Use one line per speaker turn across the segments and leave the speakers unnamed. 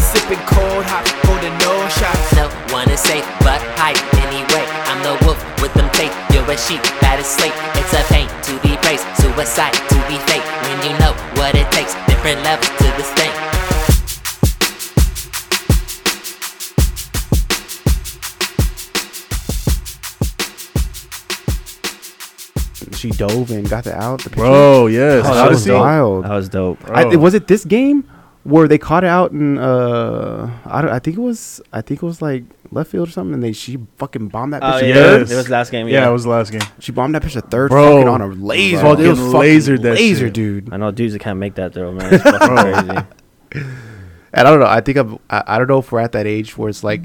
Sipping cold hot, holding no shots.
No one is safe but hype anyway. I'm the wolf with them fake. You're a sheep that is slate. It's a pain to be praised, suicide to be fake. When you know what it takes, different levels to this thing.
She dove and got the out. The picture.
Bro, yes.
Oh, that was
Odyssey.
dope. Wild.
That was dope.
I,
Bro.
it- was it this game where they caught it out in uh I, don't, I think it was I think it was like left field or something and they she fucking bombed that
Oh,
bitch.
yeah.
third.
It was last game,
Yeah,
yeah.
it was the last game.
She bombed that bitch a third
Bro.
fucking on a laser.
Bro,
dude.
they
It was fucking
lasered that
laser,
shit.
dude.
I know dudes that can't make that throw, man. It's fucking crazy.
And I don't know. I think I'm, I I don't know if we're at that age where it's like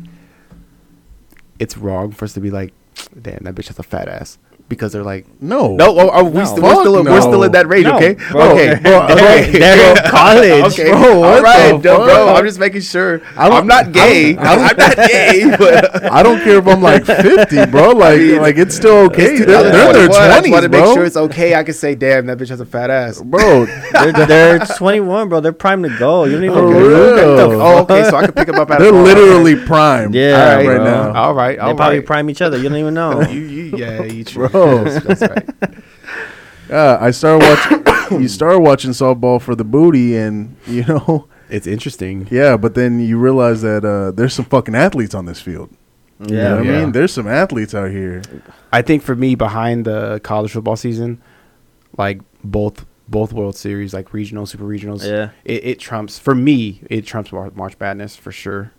it's wrong for us to be like, damn, that bitch has a fat ass because they're like.
No.
No, oh, are we
No.
st- we're, still,
Fuck
we're still in
no.
that range,
No,
okay?
bro.
Okay,
Bro,
okay.
there go college.
okay,
Bro, what
all right,
the
bro, bro.
fuck?
I'm just making sure.
I
I'm,
don't-
not gay.
I
I'm,
don't-
not gay, but
I don't care if I'm like 50, bro. Like,
mean,
like it's still okay.
It's
They're, they're in their
2021. I just want
20s,
to make
bro.
sure it's okay. I can say, damn, that bitch has a fat ass.
bro,
they're, they're 21, bro. They're primed to go. You don't even.
For
Okay,
real.
what the- oh, okay, so I can pick him up at a
they're
bar.
literally prime.
Yeah,
right
bro.
now.
All right, all
They probably
right.
prime each other. You don't even know.
You, you, yeah, you true.
Bro.
Yes, That's right.
Yeah, I started watching. you start watching softball for the booty, and you know,
It's interesting.
yeah. But then you realize that uh, there's some fucking athletes on this field. You know
yeah.
what I
Yeah.
mean, there's some athletes out here.
I think for me, behind the college football season, like both both World Series, like regional, super regionals,
Yeah.
it, it trumps for me. It trumps Mar- March Madness for sure.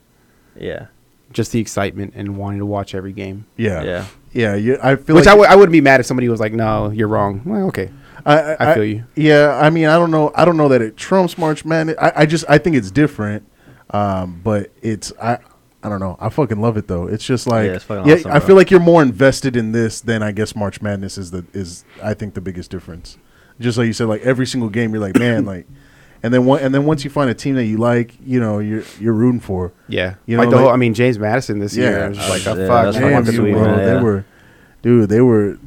Yeah.
Just the excitement and wanting to watch every game.
Yeah,
Yeah.
yeah. You, I feel
Which
like Uh,
I would I wouldn't be mad if somebody was like, "No, you're wrong." Well, okay,
I, I,
I feel you.
Yeah, I mean, I don't know. I don't know that it trumps March Madness. I, I just I think it's different. Um, but it's I I don't know. I fucking love it though. It's just like
Yeah, it's fucking awesome,
I
bro.
feel like you're more invested in this than I guess March Madness is the is I think the biggest difference. Just like you said, like every single game, you're like, man, like, and then one, and then once you find a team that you like, you know, you're you're rooting for.
yeah.
You
like
know,
the whole,
like-
I mean, James Madison this year.
Yeah.
I was just like,
Oh,
oh,
yeah,
fuck,
that's
I
Damn,
want
fucking
this
you,
sweet,
sweet,
bro,
man,
they
yeah.
were, dude, they were,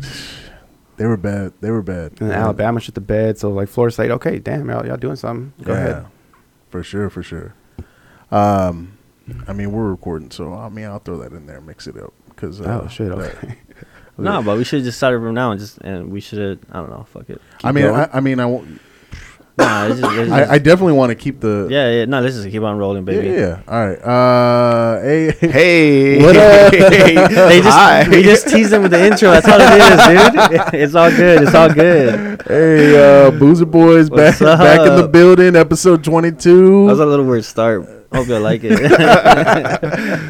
they were bad. They were bad.
And
Yeah.
Alabama shit the bed, so like Florida State, okay, damn, y'all, y'all doing something. Go ahead.
For sure, for sure. Um, I mean, we're recording, so I mean, I'll throw that in there, mix it up, because uh,
Oh shit,
that-
okay.
No, but we should have just started from now and just and we should have. I don't know. Fuck it.
I mean,
going.
I, I mean, I, won't,
Nah, it's just, it's just,
I, I definitely want to keep the
yeah, yeah. No, let's just keep on rolling,
yeah,
baby.
yeah, yeah. All right, uh, hey,
hey,
What up?
They just
Hi.
we just teased them with the intro. That's all it is, dude. It's all good. It's all good.
hey, uh, Boozer Boys, back
What's
back in the
up?
building, episode twenty
That was a
two,
little weird start. Hope you like it.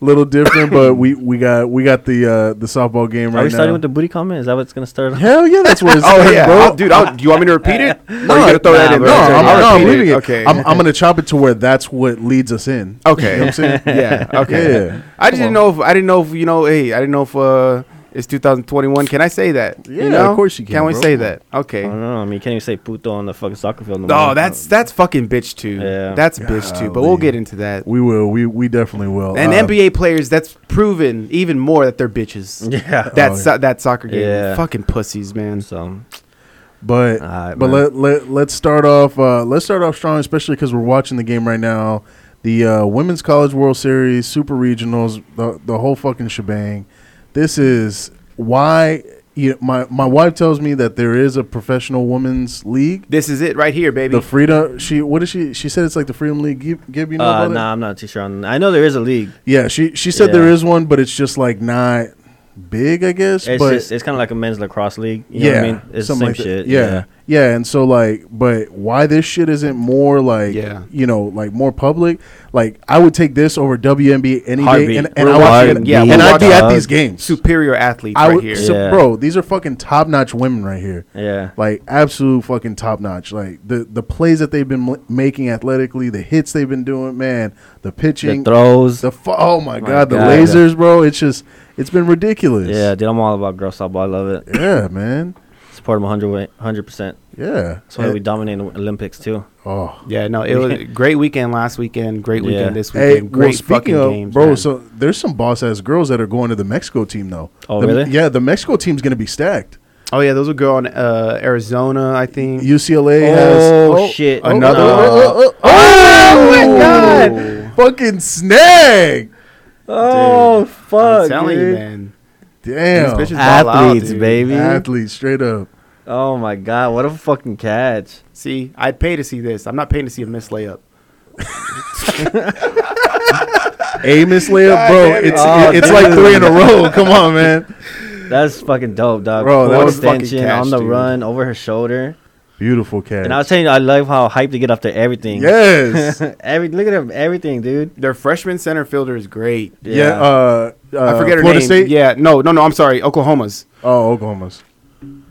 little different, but we we got we got the uh, the softball game
Are
right
we starting
now.
with the booty comment? Is that what's gonna start? off?
Hell yeah, that's where it's
Oh
at,
yeah,
bro.
I'll- dude. I'll, do you want me to repeat it? No, you gonna throw that
nah,
in?
bro,
No,
there?
it's
I'm,
already-
I'll
no, I'm
repeat
leaving it.
Okay.
I'm, I'm gonna chop it to where that's what leads us in.
okay.
You know what I'm saying?
yeah. Okay.
Yeah.
I just didn't know if I didn't know if you know. Hey, I didn't know if uh, it's 2021. Can I say that? You
Yeah, of
know?
course you can,
Can we
bro.
say that?
I don't
Okay.
know. I mean, you can't even say puto on the fucking soccer field. No,
No,
more.
that's that's fucking bitch too.
Yeah.
That's bitch too. But we'll
Golly.
get into that.
We will. We we definitely will.
And
Uh,
NBA players, that's proven even more that they're bitches.
yeah.
That
Oh,
so- that soccer game,
Yeah.
fucking pussies, man.
So
But
Alright,
but
man.
let let let's start off. Uh, let's start off strong, especially because we're watching the game right now. The uh, women's college World Series, Super Regionals, the the whole fucking shebang. This is why you, my my wife tells me that there is a professional women's league.
This is it right here, baby.
The freedom. She what is she? She said it's like the Freedom League. Gib, Gib you know
uh,
about it?
nah, I'm not too sure on. I know there is a league.
Yeah, she she said
Yeah.
there is one, but it's just like not big, I guess.
It's
but
just it's kind of like a men's lacrosse league. You know what I mean? It's the
something
same
like that.
shit.
Yeah. yeah, and so like, but why this shit isn't more like,
Yeah.
you know, like more public? Like, I would take this over WNBA any day,
Heartbeat.
and, and
We're
I would,
watching- yeah,
and
we're
I'd be
watching,
at
uh,
these games.
Superior athletes
I
right
would,
here.
so,
Yeah.
bro. These are fucking top notch women right here.
Yeah.
Like absolute fucking top notch. Like the the plays that they've been m- making athletically, the hits they've been doing, man. The pitching,
The throws.
the fu- oh my, god, the
God.
lasers, bro! It's just it's been ridiculous.
yeah, dude, I'm all about girl softball. I love it.
yeah, man.
It's support him 100 percent.
Yeah.
That's why
Eh,
we dominate the Olympics too.
oh.
Yeah, no, it was a great weekend last weekend, great
Yeah.
weekend this
Hey,
weekend,
well,
great fucking
speaking of,
games,
bro,
man.
so there's some boss ass girls that are going to the Mexico team though.
Oh,
The-
really?
Yeah, the Mexico team's gonna be stacked.
oh yeah, those were girl in uh, Arizona, I think.
UCLA has
oh, shit!
another-
No.
Oh, oh, oh, oh, my god! Fucking snag!
Oh fuck!
I'm telling you,
dude.
man,
Damn.
These bitches ball out,
Athletes,
dude.
baby.
Athlete, straight up.
oh my god! What a fucking catch!
See, I'd pay to see this. I'm not paying to see a missed layup.
Amos layup, bro. It's
Oh,
it's like three in a row. Come on, man.
That's fucking dope, dog.
Bro, that
Full
was
fucking
extension
catch,
on the
dude.
run over her shoulder.
Beautiful catch.
And I was telling you, I love how hyped they get after everything.
yes.
Every look at him, everything, dude.
Their freshman center fielder is great.
yeah. uh, uh,
I forget her
Florida
name.
State.
Yeah, no, no, no. I'm sorry, Oklahoma's.
Oh, Oklahoma's.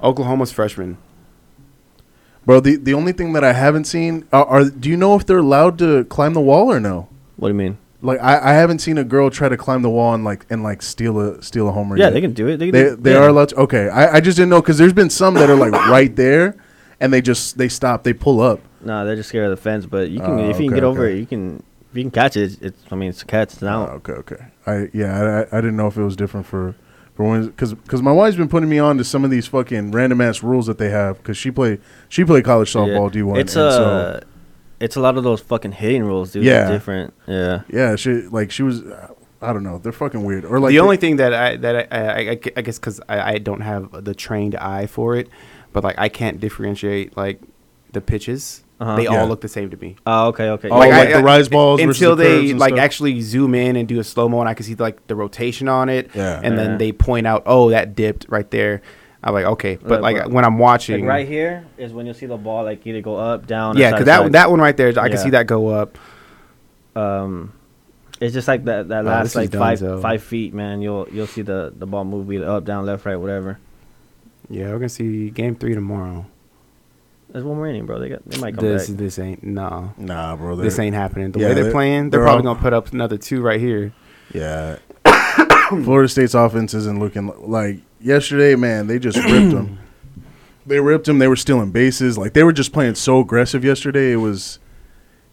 Oklahoma's freshman.
Bro, the, the only thing that I haven't seen are, are do you know if they're allowed to climb the wall or no?
What do you mean?
Like I, I haven't seen a girl try to climb the wall and like and like steal a steal a homer.
Yeah,
yet.
they can do it. They can
They
do,
they
yeah.
are allowed. To, okay, I, I just didn't know because there's been some that are like right there, and they just they stop, they pull up.
Nah, they're just scared of the fence. But you can,
Oh,
if you
okay,
can get over
okay.
it, you can. If you can catch it, it's. I mean, it's a catch. It's
Oh,
out.
okay, okay. I yeah, I, I, I didn't know if it was different for for women because because my wife's been putting me on to some of these fucking random ass rules that they have because she play she played college softball
Yeah.
D one.
It's a.
uh,
it's a lot of those fucking hitting rules, dude.
Yeah.
It's different. Yeah.
yeah, she like she was. I don't know. They're fucking weird. Or like
the only thing that I that I, I, I gu- I guess because I, I don't have the trained eye for it, but like I can't differentiate like the pitches.
Uh-huh.
They
Yeah.
all look the same to me.
Oh, okay, okay.
Oh, like the rise balls versus
until
the curves
they
and
like
stuff?
actually zoom in and do a slow mo, and I can see like the rotation on it,
Yeah.
and
Yeah.
then they point out, oh, that dipped right there. I'm like, okay, but
Like,
like,
what-
when I'm watching,
Like right here is when you'll see the ball like either go up, down. or
yeah,
side
because
to
that
side.
that one right there, I can
Yeah.
see that go up.
um, it's just like that that
Oh,
last
this is
like
dumb,
five
so-
five feet, man. You'll you'll see the the ball move either up, down, left, right, whatever.
Yeah, we're gonna see game three tomorrow.
There's one more inning, bro. They got they might come
This
back.
this ain't no,
nah, bro.
this
they're-
ain't happening. The
yeah,
way they're,
they're-
playing, they're,
they're
probably
all-
gonna put up another two right here.
Yeah. Florida State's offense isn't looking li- like yesterday, man. They just ripped them. They ripped them. They were stealing bases. Like they were just playing so aggressive yesterday. It was,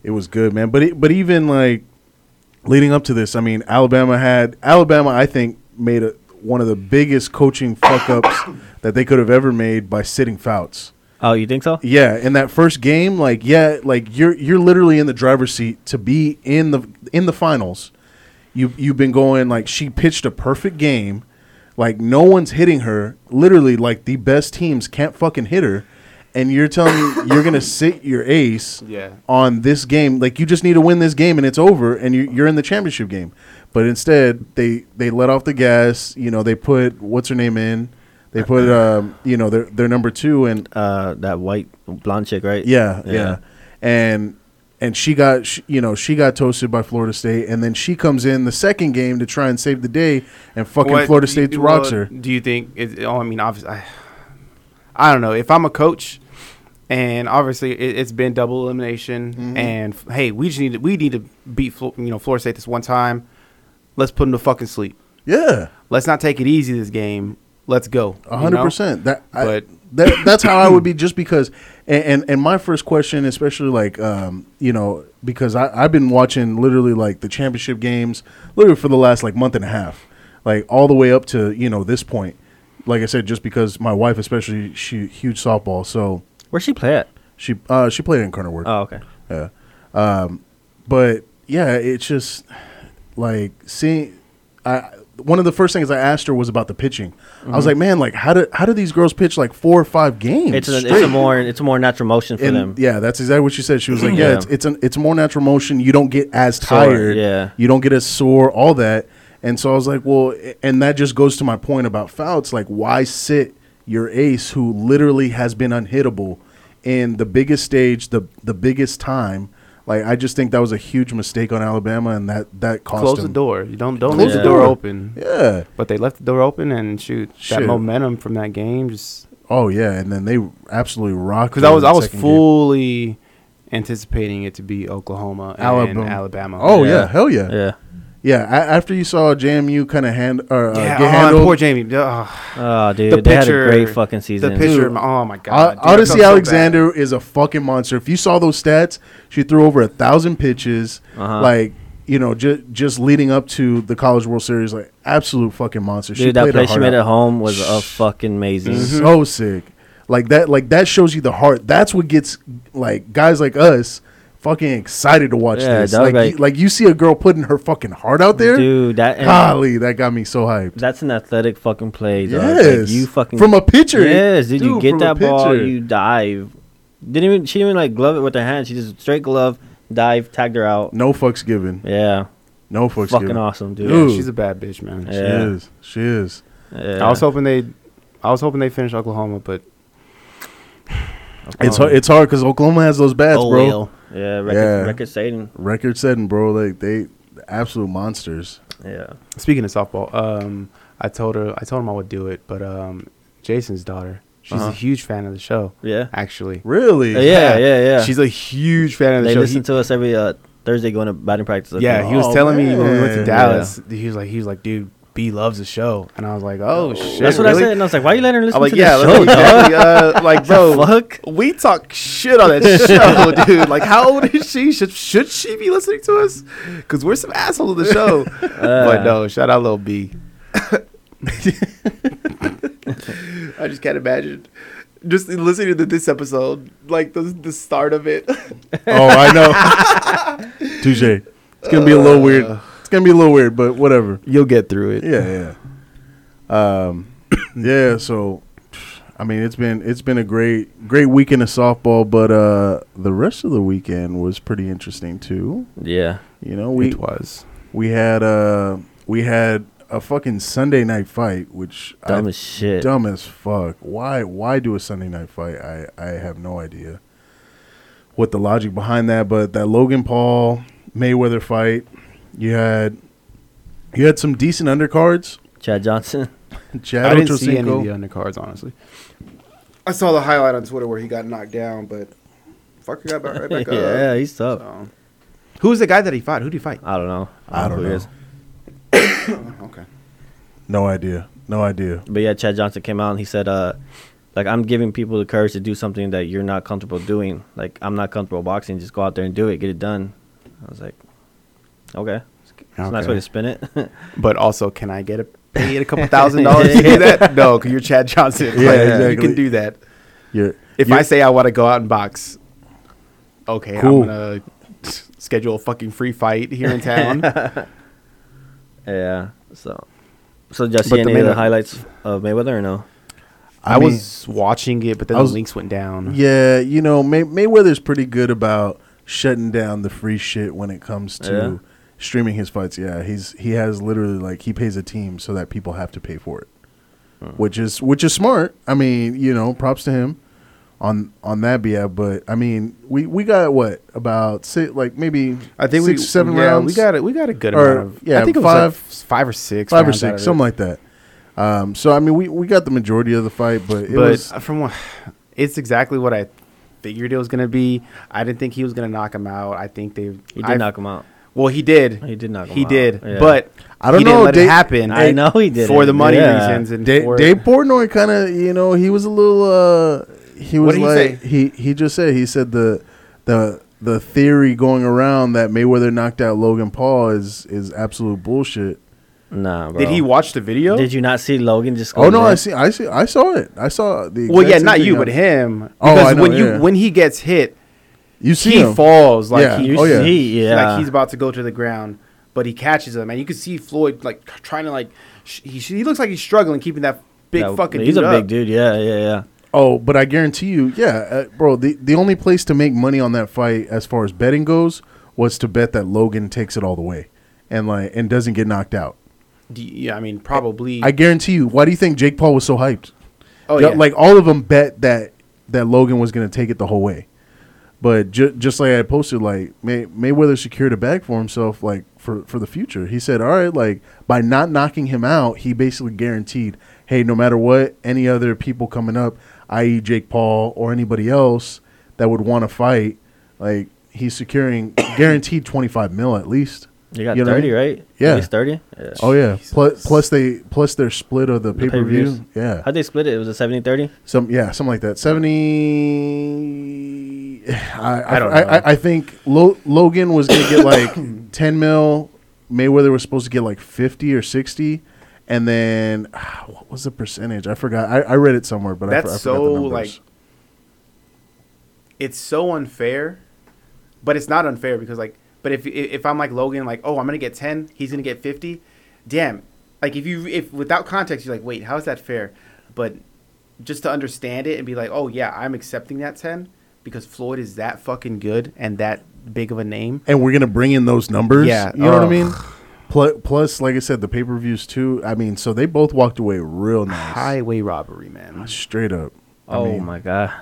it was good, man. But it, but even like leading up to this, I mean, Alabama had Alabama. I think made a, one of the biggest coaching fuck ups that they could have ever made by sitting Fouts.
Oh, you think so?
Yeah, in that first game, like yeah, like you're you're literally in the driver's seat to be in the in the finals. You you've been going like she pitched a perfect game, like no one's hitting her. Literally, like the best teams can't fucking hit her, and you're telling me you're gonna sit your ace
Yeah.
on this game. Like you just need to win this game and it's over, and you, you're in the championship game. But instead, they they let off the gas. You know, they put what's her name in. They put um, you know their their number two and
Uh, that white blonde chick, right?
yeah, yeah, And and she got sh you know she got toasted by Florida State, and then she comes in the second game to try and save the day, and fucking
What
Florida
do
State
you-
rocks
well,
her.
Do you think? It, oh, I mean, obviously, I, I don't know. If I'm a coach, and obviously it, it's been double elimination,
Mm-hmm.
and f- hey, we just need to, we need to beat Flo- you know Florida State this one time. Let's put them to fucking sleep.
Yeah,
Let's not take it easy this game. Let's go.
a hundred
you know?
percent. That I-
But-
that that's how I would be, just because. And, and and my first question, especially like um you know because I I've been watching literally like the championship games literally for the last like month and a half, like all the way up to you know this point. Like I said, just because my wife, especially, she huge softball, so
Where she play at?
she uh, she played in Colonel Work.
Oh, okay.
Yeah. Um, but yeah, it's just like seeing. I one of the first things I asked her was about the pitching. I
Mm-hmm.
was like, man, like how do how do these girls pitch like four or five games?
It's a, it's
straight?"
a more it's a more natural motion for
And,
them.
Yeah, that's exactly what she said. She was like,
Yeah.
yeah, it's it's, an, it's more natural motion. You don't get as
Sore,
tired.
yeah.
you don't get as sore. All that. And so I was like, well, a- and that just goes to my point about Fouts. Like, why sit your ace who literally has been unhittable in the biggest stage, the the biggest time? Like, I just think that was a huge mistake on Alabama, and that that cost
Close
him.
the door. You don't don't
Close
leave
the
the door
door.
open.
Yeah.
But they left the door open, and shoot,
Shit.
that momentum from that game just
Oh yeah. And then they absolutely rocked.
because
them
I
in
was
the
I was
second game.
fully anticipating it to be Oklahoma and
Alabama.
Alabama.
Oh yeah.
Yeah.
Hell yeah.
Yeah.
yeah, a- after you saw JMU kind of hand or uh,
yeah,
get
oh,
handled,
poor Jamie. Ugh.
Oh, dude,
The
they
pitcher-
had a great fucking season.
The picture. oh my
O-
god. dude, I felt so
Odyssey
bad.
Alexander is a fucking monster. If you saw those stats, she threw over a thousand pitches.
Uh-huh.
Like you know, ju- just leading up to the College World Series, like absolute fucking monster.
dude, that
played her
play she
heart
made
out.
at home was a fucking amazing.
so sick. Like that, like that shows you the heart. That's what gets like guys like us fucking excited to watch
Yeah,
this.
dog,
like,
like-
you, like you see a girl putting her fucking heart out there.
Dude, that and
Golly, that got me so hyped.
that's an athletic fucking play. Dog. Like,
yes,
you fucking
from a pitcher.
Yes, dude, you get
from a
that ball,
pitcher.
you dive. Didn't even she didn't even like glove it with her hand. She just straight glove, dive, tagged her out.
no fucks given.
Yeah,
No fucks
fucking
given.
awesome, dude.
Dude.
Yeah, she's a bad bitch, man.
She
Yeah.
is. She is.
Yeah.
I was hoping they, I was hoping they finish Oklahoma, but
It's hard, it's hard because Oklahoma has those bats,
Oh,
bro.
well.
yeah, record,
Yeah.
record Satan.
Record setting, bro. Like they absolute monsters.
Yeah,
speaking of softball, um, I told her, I told him I would do it, but um, Jason's daughter, she's
Uh-huh.
a huge fan of the show.
Yeah.
actually,
Really?
yeah, yeah, yeah.
she's a huge fan of the
they
show.
listen
He-
to us every uh, Thursday going to batting practice. with
yeah,
them.
he was
Oh,
telling me when we went
man.
to Dallas, he was like, he was like, dude, B loves the show, and I was like, oh, shit,
That's what
really?
I said, and I was like, "Why you letting her listen
I'm like,
to
yeah,
the
like,
show, dog?"
exactly, uh, like, bro,
fuck?
we talk shit on that show, dude. Like, how old is she? Should, should she be listening to us? Because we're some assholes of the show.
Uh.
but no, shout out Lil B. I just can't imagine just listening to this episode, like the, the start of it.
Oh, I know. Touche. It's gonna be a little weird. It's gonna be a little weird, but whatever.
You'll get through it.
Yeah, yeah. Um, yeah. So, I mean, it's been it's been a great great weekend of softball, but uh, the rest of the weekend was pretty interesting too.
Yeah,
You know, we
it was.
we had uh we had a fucking Sunday night fight, which I-
dumb as shit.
dumb as fuck. Why why do a Sunday night fight? I I have no idea what the logic behind that, but that Logan Paul Mayweather fight, you had you had some decent undercards.
Chad Johnson.
Chad
I didn't see any
Ochocinco.
of the undercards, honestly.
I saw the highlight on Twitter where he got knocked down, but fucker got back, right back up.
yeah, he's tough.
So, Oh,
Who's the guy that he fought? Who did he fight?
I don't know.
I don't
who he
know.
is.
okay.
No idea. No idea.
But yeah, Chad Johnson came out and he said, uh, like, I'm giving people the courage to do something that you're not comfortable doing. Like, I'm not comfortable boxing. Just go out there and do it. Get it done. I was like, okay. It's a nice
Okay.
way to spin it.
But also, can I get a paid a couple thousand dollars to do that? No, because you're Chad Johnson.
Yeah,
Like,
exactly.
you can do that.
You're,
If
you're-
I say I want to go out and box, okay,
Cool.
I'm gonna schedule a fucking free fight here in town.
yeah. So, so did you
But
see
the
any of the
main-
highlights of Mayweather or no?
I,
mean-
was watching it, but then
I was-
the links went down.
Yeah, you know, May- Mayweather's pretty good about shutting down the free shit when it comes to
Yeah.
streaming his fights. Yeah, he's he has literally like he pays a team so that people have to pay for it,
Hmm.
which is which is smart. I mean, you know, props to him on on that behalf. But I mean, we we got what about six, like maybe
I think
six
we
seven
yeah,
rounds.
We got it. We got a good
Or,
amount. Of,
yeah,
I think it was
five-
like f- five or six,
five or
rounds out of
six,
it.
something like that. Um, so I mean, we, we got the majority of the fight, but it
but uh,
was
from what it's exactly what I figured it was gonna be. I didn't think he was gonna knock him out. I think they
He did
I-
knock him out.
Well, he did.
He did knock him
He
out.
did.
Yeah.
But
I don't
he
know,
Didn't let
Dave-
it happen.
I know he didn't.
for the money
Yeah.
reasons and
Dave,
for,
Dave Portnoy kind of, you know, he was a little. uh He was
did he
like
say?
he he just said he said the the the theory going around that Mayweather knocked out Logan Paul is is absolute bullshit.
Nah, bro.
Did he watch the video?
Did you not see Logan just go?
Oh no, I
nuts?
see, I see, I saw it. I saw the.
Well,
exact
yeah,
same
not
thing.
you, but him. Because
Oh, I know,
when
yeah.
you when he gets hit,
You see
he
him.
falls like
Yeah.
he,
You
Oh, yeah.
see, yeah.
like he's about to go to the ground, but he catches him, and you can see Floyd like trying to like sh- he he looks like he's struggling keeping that big
That-
fucking.
He's
dude
a
up.
big dude. Yeah, yeah, yeah.
Oh, but I guarantee you, yeah, uh, bro. The the only place to make money on that fight, as far as betting goes, was to bet that Logan takes it all the way, and like and doesn't get knocked out.
Do you- yeah, I mean, probably.
I guarantee you. Why do you think Jake Paul was so hyped?
oh
Yeah,
yeah,
like all of them bet that that Logan was going to take it the whole way. But ju- just like I posted, like May- Mayweather secured a bag for himself, like for for the future. He said, "All right, like by not knocking him out, he basically guaranteed, hey, no matter what, any other people coming up, i.e., Jake Paul or anybody else that would want to fight, like he's securing guaranteed twenty five mil at least."
You got
You know what I
thirty,
mean?
right?
Yeah.
At least thirty. Yeah.
Oh yeah. Plus, plus they plus their split of the pay per
pay-per-views.
view. Yeah.
How'd they split it? It was a 70-30?
Some yeah, something like that. Seventy. I, I,
I don't
I,
know.
I, I think Lo, Logan was going to get like ten mil. Mayweather was supposed to get like fifty or sixty, and then ah, what was the percentage? I forgot. I, I read it somewhere, but
That's
I, for- I forgot
so
the numbers.
like it's so unfair, but it's not unfair because like but if if I'm like Logan like oh I'm gonna get ten he's gonna get fifty, damn like if you if without context you're like wait how is that fair, but just to understand it and be like oh yeah I'm accepting that ten because Floyd is that fucking good and that big of a name
and we're gonna bring in those numbers.
Yeah.
you know what I
Ugh.
mean. Plus, plus, like I said, the pay per views too. I mean, so they both walked away real nice,
highway robbery man
straight up.
Oh my god.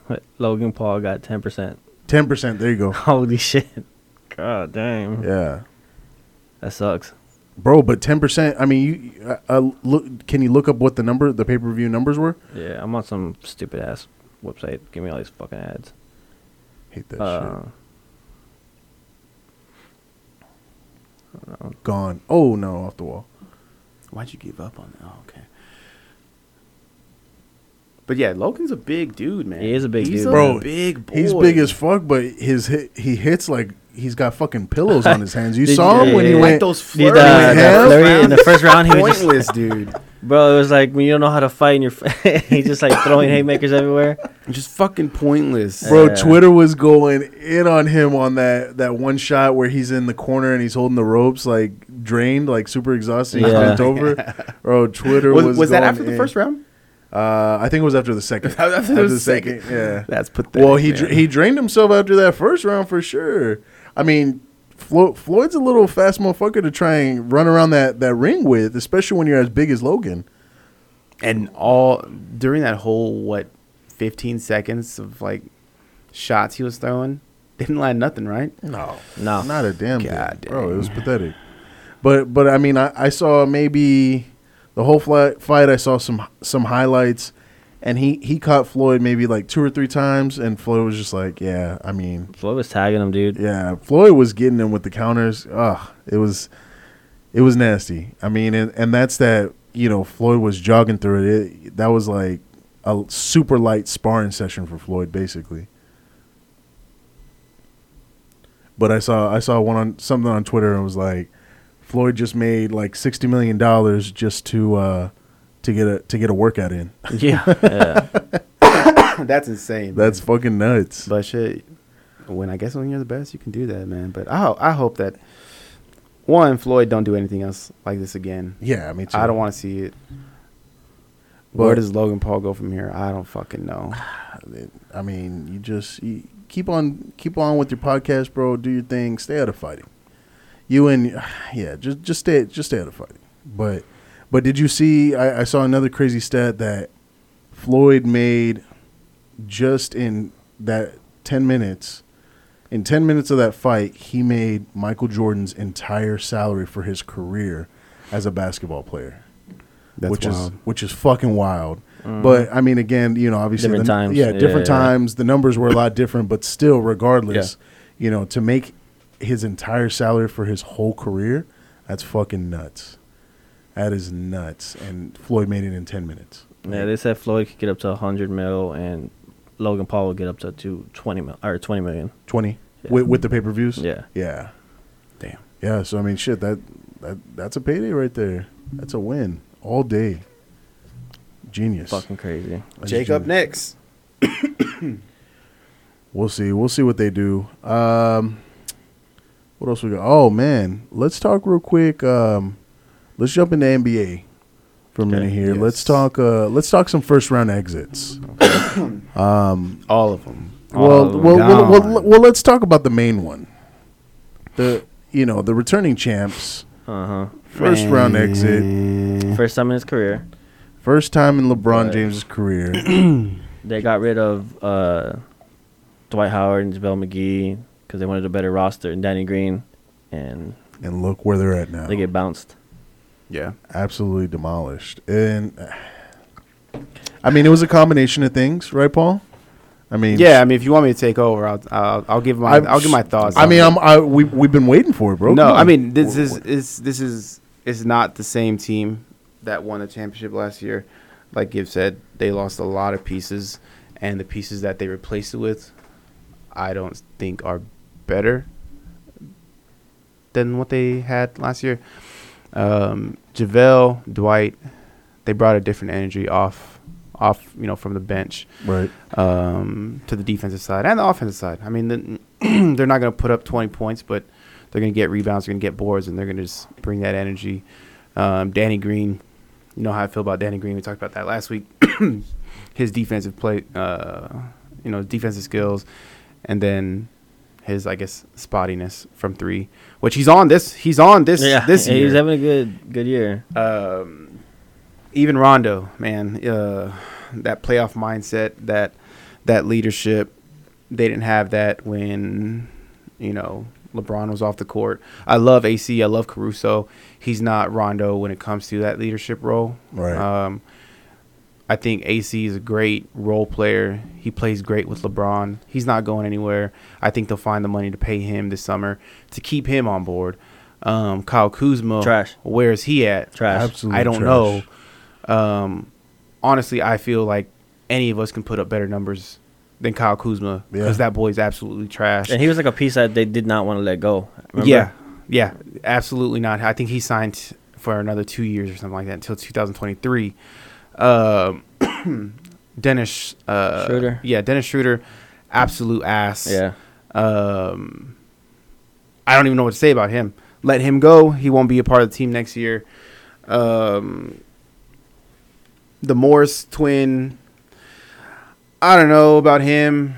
Logan Paul got ten percent.
Ten percent. There you go.
Holy shit. God damn.
Yeah.
That sucks.
Bro, but ten percent. I mean, you uh, uh, look. Can you look up what the number, the pay per view numbers were?
Yeah, I'm on some stupid ass website. Give me all these fucking ads.
Hate that
Um,
Uh,
shit. Gone. Oh no, off the wall.
Why'd you give up on that? Oh, okay. But yeah, Logan's a big dude, man.
He is a big
he's
dude,
A
Bro,
big boy.
He's big as fuck, but his hit, he hits like he's got fucking pillows on his hands. You
Did-
saw him when he
yeah,
went.
like those
Did,
flurries.
uh, the flurry in the first round, he was just-
pointless, dude.
bro, it was like when you don't know how to fight and you're f- he's just like throwing haymakers everywhere.
Just fucking pointless.
Bro,
Yeah.
Twitter was going in on him on that that one shot where he's in the corner and he's holding the ropes like drained, like super exhausted. He's
Yeah.
bent over. Bro, Twitter was
was, was that
going
after the
in.
first round?
Uh, I think it was after the second.
After the second.
yeah.
That's pathetic.
Well, he
man.
dra- he drained himself after that first round for sure. I mean, Flo- Floyd's a little fast motherfucker to try and run around that, that ring with, especially when you're as big as Logan.
and all during that whole what, fifteen seconds of like shots he was throwing didn't land nothing, right?
No,
No.
not a damn
God
thing, bro. It
dang.
was pathetic. But but I mean, I, I saw maybe the whole fly, fight. I saw some some highlights, and he he caught Floyd maybe like two or three times, and Floyd was just like, yeah, I mean,
Floyd was tagging him, dude.
Yeah, Floyd was getting him with the counters. Ugh, it was, it was nasty. I mean, and, and that's that. You know, Floyd was jogging through it. it. That was like a super light sparring session for Floyd, basically. But I saw I saw one on something on Twitter and it was like, Floyd just made like sixty million dollars just to uh, to get a to get a workout in.
Yeah. yeah.
That's insane.
That's fucking nuts.
But shit, when I guess when you're the best, you can do that, man. But I ho- I hope that one Floyd don't do anything else like this again.
yeah, I mean,
I don't want to see it. Where
But-
does Logan Paul go from here? I don't fucking know.
I mean, you just you keep on keep on with your podcast, bro. Do your thing. Stay out of fighting. You and yeah, just just stay just stay out of fighting. But but did you see? I, I saw another crazy stat that Floyd made just in that ten minutes. In ten minutes of that fight, he made Michael Jordan's entire salary for his career as a basketball player
That's
which
wild.
is which is fucking wild. But I mean, again, you know, obviously,
Different
the-
times.
yeah,
Yeah,
different
yeah, yeah.
times. The numbers were a lot different, but still, regardless, you know, to make his entire salary for his whole career, that's fucking nuts. That is nuts, and Floyd made it in ten minutes.
Yeah, they said Floyd could get up to hundred mil and Logan Paul would get up to two twenty mil or twenty million.
Twenty with, with the pay per views.
Yeah.
yeah,
Damn.
yeah. So I mean, shit, that that that's a payday right there. That's a win all day. Genius.
Fucking crazy.
That's
Jake
genius.
up next.
We'll see. We'll see what they do. Um, what else we got? Oh man, let's talk real quick. Um, let's jump into NBA for a minute
Okay.
here.
Yes.
Let's talk. Uh, let's talk some first round exits.
All of them.
well,
Oh,
well, well, well,
God.
well, let's talk about the main one. The you know the returning champs
Uh
first round exit.
huh.
exit.
First time in his career.
First time in LeBron
Right.
James's career.
They got rid of uh, Dwight Howard and JaVale McGee because they wanted a better roster and Danny Green, and
and look where they're at now.
they get bounced.
Yeah.
absolutely demolished. And I mean, it was a combination of things, right, Paul? I mean,
Yeah, I mean, if you want me to take over, I'll I'll, I'll give my
I've-
i will give my thoughts.
I
on
mean,
it.
I'm I, we we've been waiting for it, bro.
no,
Come
I
on.
mean this is is this is is not the same team that won the championship last year. Like Gibbs said, they lost a lot of pieces, and the pieces that they replaced it with, I don't think are better than what they had last year. Um, Javale, Dwight, they brought a different energy off off you know from the bench
right.
um, to the defensive side and the offensive side. I mean, the, they're not going to put up 20 points, but they're going to get rebounds, they're going to get boards, and they're going to just bring that energy. Um, Danny Green, you know how I feel about Danny Green. We talked about that last week. his defensive play, uh, you know, defensive skills, and then his, I guess, spottiness from three, which he's on this. He's on this
Yeah,
this
yeah,
year
he's having a good good year.
um, even Rondo, man, uh, that playoff mindset, that that leadership, they didn't have that when you know LeBron was off the court. I love AC, I love Caruso. He's not Rondo when it comes to that leadership role.
Right.
Um, I think AC is a great role player. He plays great with LeBron. He's not going anywhere. I think they'll find the money to pay him this summer to keep him on board. Um, Kyle Kuzma,
Trash.
Where is he at?
Trash.
Absolute
I don't
trash.
know. Um, honestly, I feel like any of us can put up better numbers than Kyle Kuzma because
Yeah.
that boy's absolutely trash.
And he was like a piece that they did not want to let go. remember?
Yeah, yeah, absolutely not. I think he signed for another two years or something like that until 2023. Um, Dennis uh,
Schroeder.
yeah, Dennis Schroeder, absolute ass.
Yeah.
Um, I don't even know what to say about him. Let him go. He won't be a part of the team next year. Um, the Morris twin. I don't know about him.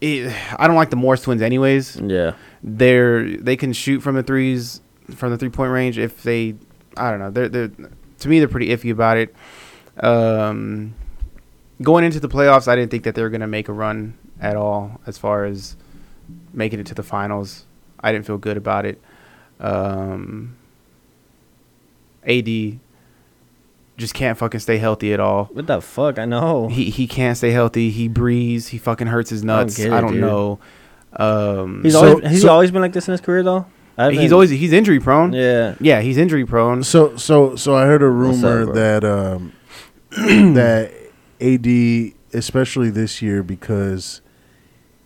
It, I don't like the Morris twins, anyways
Yeah.
they're they can shoot from the threes from the three point range if they I don't know they're they're to me they're pretty iffy about it. Um, going into the playoffs, I didn't think that they were gonna make a run at all as far as making it to the finals. I didn't feel good about it. Um, AD just can't fucking stay healthy at all.
What the fuck? I know.
He he can't stay healthy. He breathes. He fucking hurts his nuts. I
get
don't,
it, dude.
know. Um,
he's
So-
always he's
so-
always been like this in his career though. I
he's
haven't-
always he's injury prone.
yeah.
Yeah, he's injury prone.
So so so I heard a
What's up,
rumor
bro?
that um that AD especially this year because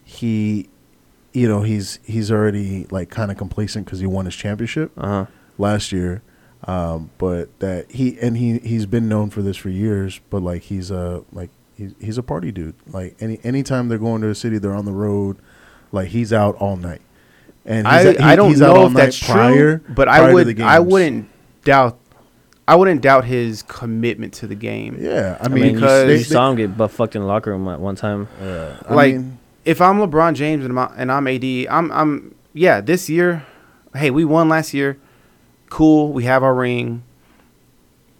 he you know he's he's already like kind of complacent cuz he won his championship
Uh
Uh-huh.
huh.
last year um but that he and he he's been known for this for years but like he's a like he's he's a party dude like any anytime they're going to a city they're on the road like he's out all night and he's
I,
out- he-
I don't
he's out
know
all
if
night
that's true, but
prior
I
to
would
the
I
games.
wouldn't doubt I wouldn't doubt his commitment to the game.
Yeah, I
I
mean,
mean, you,
because-
you saw him get butt fucked in the locker room at one time.
I
like
mean-
if I'm LeBron James and I'm and I'm AD, I'm I'm yeah. This year, hey, we won last year. Cool, we have our ring.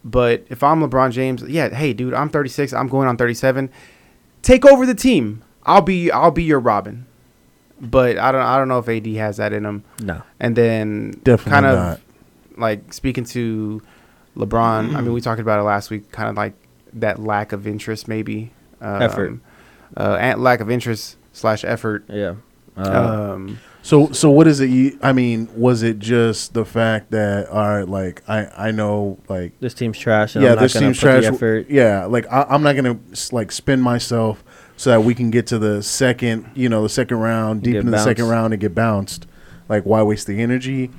But if I'm LeBron James, yeah, hey, dude, I'm 36. I'm going on 37. Take over the team. I'll be I'll be your Robin. But I don't I don't know if AD has that in him.
No.
And then
Definitely
kind of
not.
like speaking to LeBron. I mean, we talked about it last week. Kind of like that lack of interest, maybe um,
Effort.
uh, and lack of interest slash effort.
Yeah. Uh,
Um,
so so what is it? You, I mean, was it just the fact that all right, like I I know like
this team's trash. And
yeah,
I'm not
this
gonna
seems
put the
trash.
effort.
Yeah, like I, I'm not gonna s- like spend myself so that we can get to the second, you know, the second round, deep
Get
in the second
bounced.
round and get bounced. Like why waste the energy?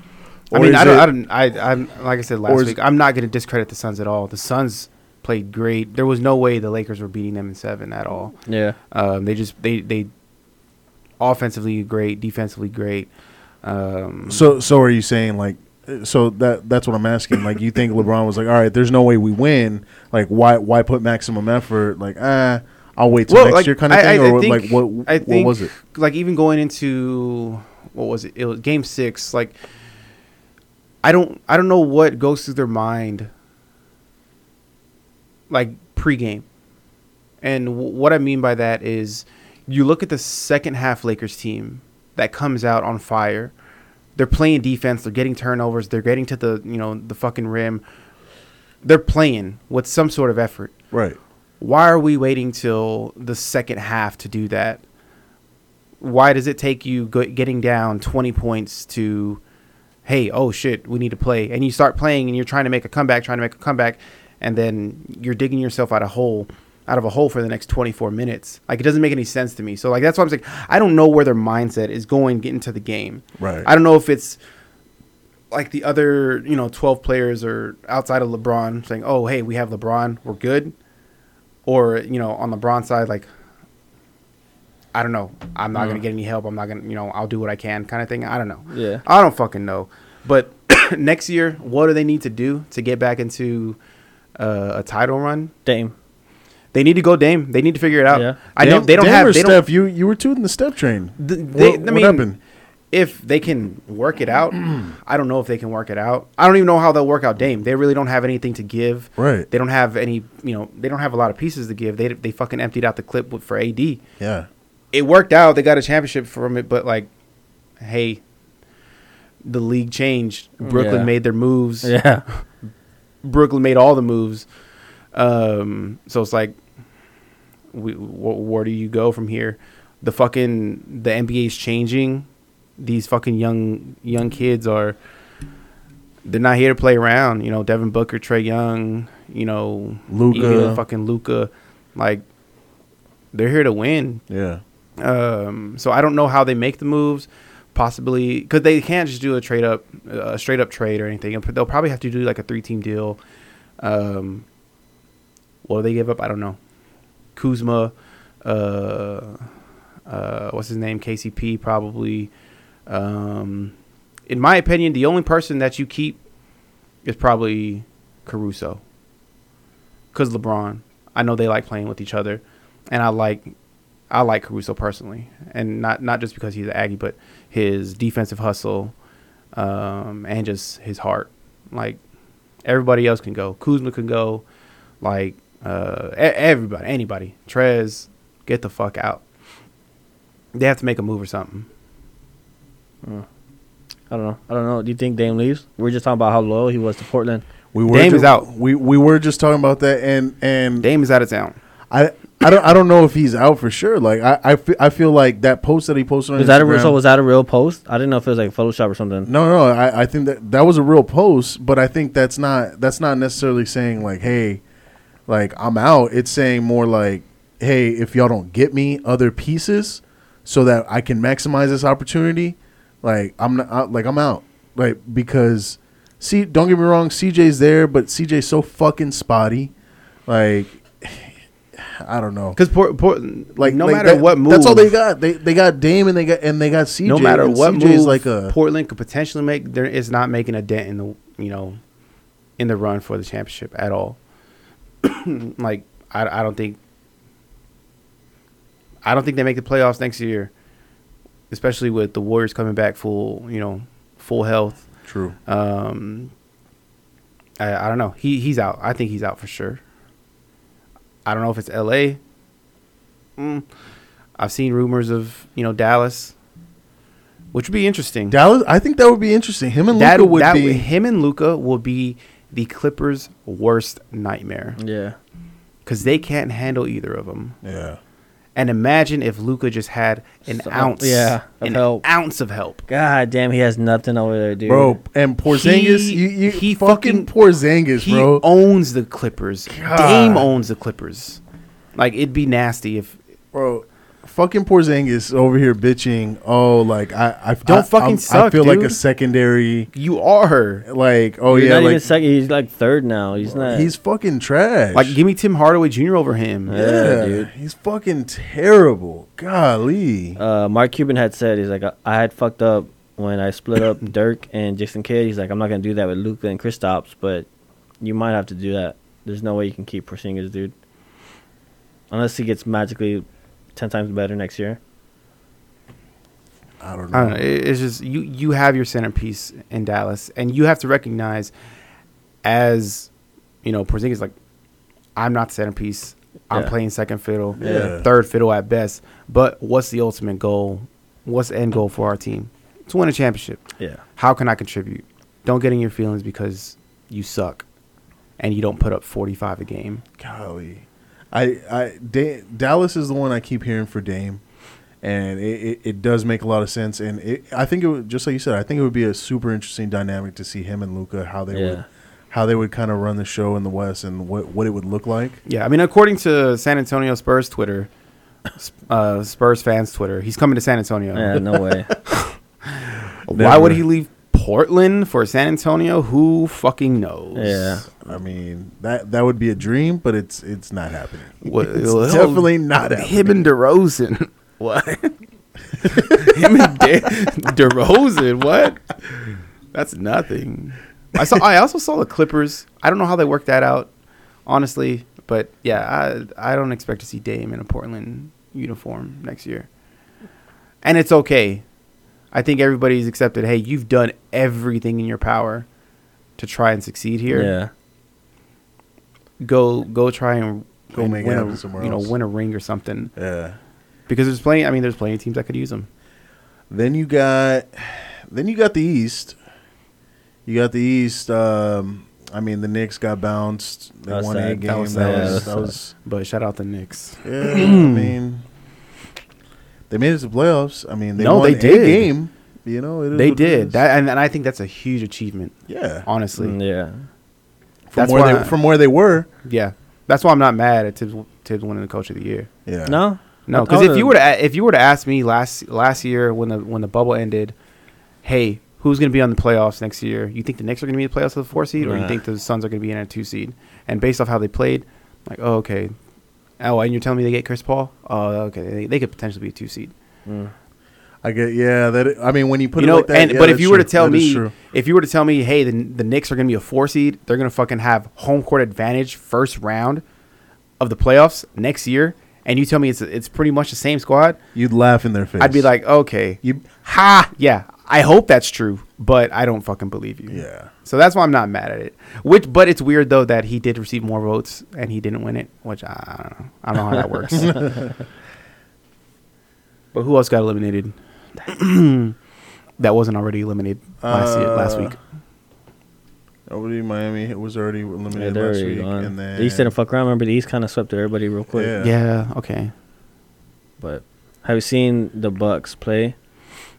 I
Or
mean,
is
I don't,
it-
I don't, I, I'm like I said
or
last
is-
week. I'm not going to discredit the Suns at all. The Suns played great. There was no way the Lakers were beating them in seven at all.
Yeah.
Um, they just they they offensively great, defensively great. Um,
So so are you saying like uh, so that that's what I'm asking. Like you think LeBron was like, all right, there's no way we win. Like why why put maximum effort? Like ah, I'll wait till next year kind of thing. or like what
I
what
think,
was it?
Like even going into what was it? It was game six. Like I don't I don't know what goes through their mind. Like pregame, and w- what I mean by that is, you look at the second half Lakers team that comes out on fire. They're playing defense. They're getting turnovers. They're getting to the you know the fucking rim. They're playing with some sort of effort
Right.
why are we waiting till the second half to do that? Why does it take you go- getting down 20 points to, hey, oh shit, we need to play? And you start playing and you're trying to make a comeback, trying to make a comeback, and then you're digging yourself out a hole, out of a hole for the next 24 minutes. Like it doesn't make any sense to me. So like that's why I'm saying I don't know where their mindset is going getting to the game.
Right.
I don't know if it's like the other, you know, 12 players are outside of LeBron saying, "Oh, hey, we have LeBron, we're good." Or, you know, on LeBron's side like I don't know. I'm not going
Mm.
to get any help. I'm not going to, you know, I'll do what I can kind of thing. I don't know.
Yeah.
I don't fucking know. But next year, what do they need to do to get back into uh, a title run?
Dame.
They need to go Dame. They need to figure it out.
Yeah.
I know
Dame-
they don't
Dame
have
or
they don't,
Steph, you you were tooting the step train.
Th- they,
what,
I
what
mean,
happened?
if they can work it out, I don't know if they can work it out. I don't even know how they'll work out Dame. They really don't have anything to give.
Right.
They don't have any. You know, they don't have a lot of pieces to give. They they fucking emptied out the clip with, for AD.
Yeah.
It worked out. They got a championship from it, but like, hey, the league changed. Brooklyn
Yeah.
made their moves.
Yeah.
Brooklyn made all the moves. Um, so it's like, we, wh- where do you go from here? The fucking the NBA's changing. These fucking young young kids are they're not here to play around. You know, Devin Booker, Trey Young, you know,
Luka.
even fucking Luca, like they're here to win.
Yeah.
Um, so I don't know how they make the moves. Possibly because they can't just do a trade up, a straight up trade or anything. They'll probably have to do like a three team deal. Um, what do they give up? I don't know. Kuzma, uh, uh, what's his name? KCP probably. Um, in my opinion, the only person that you keep is probably Caruso because LeBron. I know they like playing with each other, and I like I like Caruso personally, and not not just because he's an Aggie, but his defensive hustle, um, and just his heart. Like everybody else can go, Kuzma can go, like uh, e- everybody, anybody. Trez, get the fuck out. They have to make a move or something.
I don't know. I don't know. Do you think Dame leaves? We are just talking about how loyal he was to Portland.
We were
Dame
ju-
is out.
We we were just talking about that, and and
Dame is out of town.
I I don't I don't know if he's out for sure. Like I I fe- I feel like that post that he posted on
Was that a
Instagram-
real, so was that a real post? I didn't know if it was like Photoshop or something.
No, no, I, I think that that was a real post, but I think that's not that's not necessarily saying like, hey, like I'm out. It's saying more like, hey, if y'all don't get me other pieces, so that I can maximize this opportunity, like I'm not I- like I'm out, like because see, don't get me wrong, CJ's there, but CJ's so fucking spotty, like I don't know.
Because Port, Port, like no matter
that-
what move,
that's all they got. They they got Dame and they got and they got CJ.
no matter
and
what
CJ
move
is like a
Portland could potentially make, there is not making a dent in the you know in the run for the championship at all. like I, I don't think I don't think they make the playoffs next year, especially with the Warriors coming back full you know full health.
true.
Um, I, I don't know. He he's out. I think he's out for sure. I don't know if it's L.A. Mm. I've seen rumors of you know Dallas, which would be interesting.
Dallas, I think that would be interesting. Him and
that
Luca would
that-
be.
him and Luca will be the Clippers' worst nightmare
Yeah.
because they can't handle either of them.
yeah,
And imagine if Luca just had an
Some-
ounce,
yeah, of
an
help.
ounce of help.
God damn, he has nothing over there, dude.
bro. And Porzingis, you, you
he
fucking,
fucking-
Porzingis,
He
bro.
owns the Clippers. Dame owns the Clippers. Like it'd be nasty if
bro, fucking Porzingis over here bitching. Oh, like I, I
Don't
I,
fucking
I'm- I
suck,
feel like a
dude.
secondary,
you are her.
like oh
He's
yeah,
not
like
even second. He's like third now. He's not.
he's fucking trash.
Like give me Tim Hardaway Jr. over him.
Yeah.
yeah,
dude.
he's fucking terrible. Golly,
uh, Mark Cuban had said he's like I, I had fucked up when I split up Dirk and Jason Kidd. He's like I'm not gonna do that with Luca and Kristaps, but you might have to do that. There's no way you can keep Porzingis, dude. Unless he gets magically ten times better next year.
I don't know.
I don't know. It- It's just you you have your centerpiece in Dallas, and you have to recognize as you know Porzingis like I'm not the centerpiece. I'm
Yeah.
playing second fiddle,
Yeah.
third fiddle at best. But what's the ultimate goal? What's the end goal for our team? To win a championship.
Yeah.
How can I contribute? Don't get in your feelings because you suck and you don't put up 45 a game.
Golly. I, I da- Dallas is the one I keep hearing for Dame, and it, it, it does make a lot of sense. And it, I think it would just like you said, I think it would be a super interesting dynamic to see him and Luca how they
Yeah.
would how they would kind of run the show in the West and what what it would look like.
Yeah, I mean, according to San Antonio Spurs Twitter, sp- uh, Spurs fans Twitter, he's coming to San Antonio.
Yeah, no way.
Why would
Never.
he leave Portland for San Antonio? Who fucking knows?
Yeah.
I mean that that would be a dream, but it's it's not happening.
What-
It's
well,
definitely not happening.
him and DeRozan. What? him and De- DeRozan. What? That's nothing. I saw. I also saw the Clippers. I don't know how they worked that out, honestly. But yeah, I I don't expect to see Dame in a Portland uniform next year. And it's okay. I think everybody's accepted. Hey, you've done everything in your power to try and succeed here.
Yeah.
Go go try and
Go
and
make it
win
happen
a,
somewhere
you know
else.
win a ring or something
Yeah.
because there's plenty. I mean, there's plenty of teams that could use him.
Then you got, then you got the East. You got the East. Um, I mean, the Knicks got bounced. They
That's
won
sad.
eight
That
games. That
was
was
sad.
that was,
Yeah, that's
But shout out the Knicks.
yeah. I
Hmm.
mean, they made it to playoffs. I mean, they
No,
won
they
a
did.
game. You know, it is
They
what it
did
is.
that, and, and I think that's a huge achievement.
Yeah,
Honestly,
Mm, Yeah.
from
that's
where
why.
they from where they were.
yeah, that's why I'm not mad at Tibbs, Tibbs winning the Coach of the Year.
Yeah.
No.
No,
I
because
thought
if you
it-
were to a- if you were to ask me last last year when the when the bubble ended, hey, who's going to be on the playoffs next year? You think the Knicks are going to be in the playoffs of the four seed, or you
Nah.
think the Suns are going to be in a two seed? And based off how they played, like, oh okay, oh, and you're telling me they get Chris Paul? Oh, okay, they, they could potentially be a two seed.
I get. Yeah, that. I mean, when you put
you
it
know,
like that.
and
yeah,
but if
that's
you were to
true.
tell
That is
me,
true.
if you were to tell me, hey, the the Knicks are going to be a four seed, they're going to fucking have home court advantage first round of the playoffs next year, and you tell me it's it's pretty much the same squad,
you'd laugh in their face.
I'd be like, okay,
you.
ha, yeah, I hope that's true, but I don't fucking believe you.
Yeah.
So that's why I'm not mad at it. Which, but it's weird though that he did receive more votes and he didn't win it, which I, I don't know. I don't know how that works. but who else got eliminated? that wasn't already eliminated last year, last
Uh,
week.
Nobody in Miami it was already
Yeah,
eliminated
they're
last
already
week,
gone.
and then
the East didn't fuck around. Remember, the East kind of swept everybody real quick.
Uh, Yeah.
Yeah. Okay.
But have you seen the Bucks play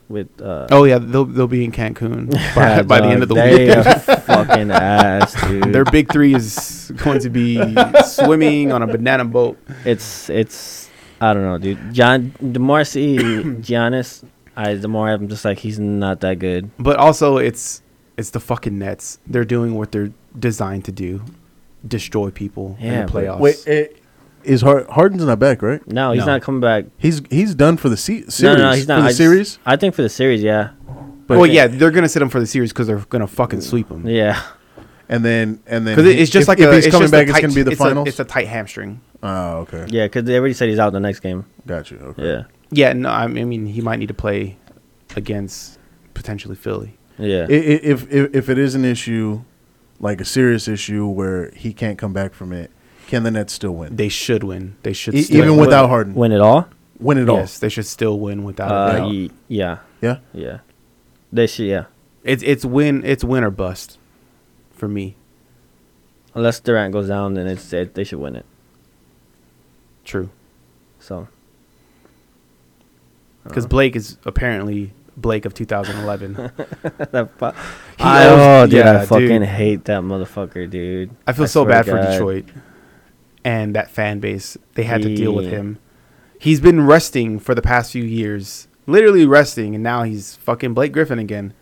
with? Uh,
Oh yeah, they'll they'll be in Cancun by, by the end of the
they
week.
are fucking ass, dude.
Their big three is going to be swimming on a banana boat.
it's it's I don't know, dude. John Demarcy Giannis. I the more I'm just like he's not that good.
But also, it's it's the fucking Nets. They're doing what they're designed to do: destroy people
Yeah,
in the
but-
playoffs.
Wait, it, is Har- Harden's not back, right?
No, he's
No.
not coming back.
He's he's done for the se- series.
No, no, he's not.
For
I
the
just-
series,
I think for the series, yeah,
but-
well, yeah, they're gonna sit them for the series because they're gonna fucking sweep them.
yeah.
and then and then
Because it's just
if,
like
if
a,
he's
it's
coming
just a
back, it's
tight-
going to be the
it's a-
finals.
it's a tight hamstring.
oh, okay,
Yeah, because they already said he's out the next game.
got you. Okay.
Yeah,
Yeah, no, I mean, I mean, he might need to play against potentially Philly.
yeah,
I- i- If, if if it is an issue, like a serious issue where he can't come back from it, can the Nets still win?
They should win. They should
E-
still
even
win.
without Harden, win,
win it all.
it all.
Yes, they should still win without. a
Uh,
doubt.
ye- yeah,
Yeah,
yeah. They should, yeah.
It's it's win it's win or bust, for me.
Unless Durant goes down, then it's it, they should win it.
True,
So Uh-huh.
because Blake is apparently Blake of 2011.
that fu-
He
I,
owes-
oh, dude,
yeah,
I fucking
dude.
hate that motherfucker, dude.
I feel so
swear
bad
to
for
God.
Detroit and that fan base. They had to deal with
Yeah.
him. He's been resting for the past few years, literally resting, and now he's fucking Blake Griffin again.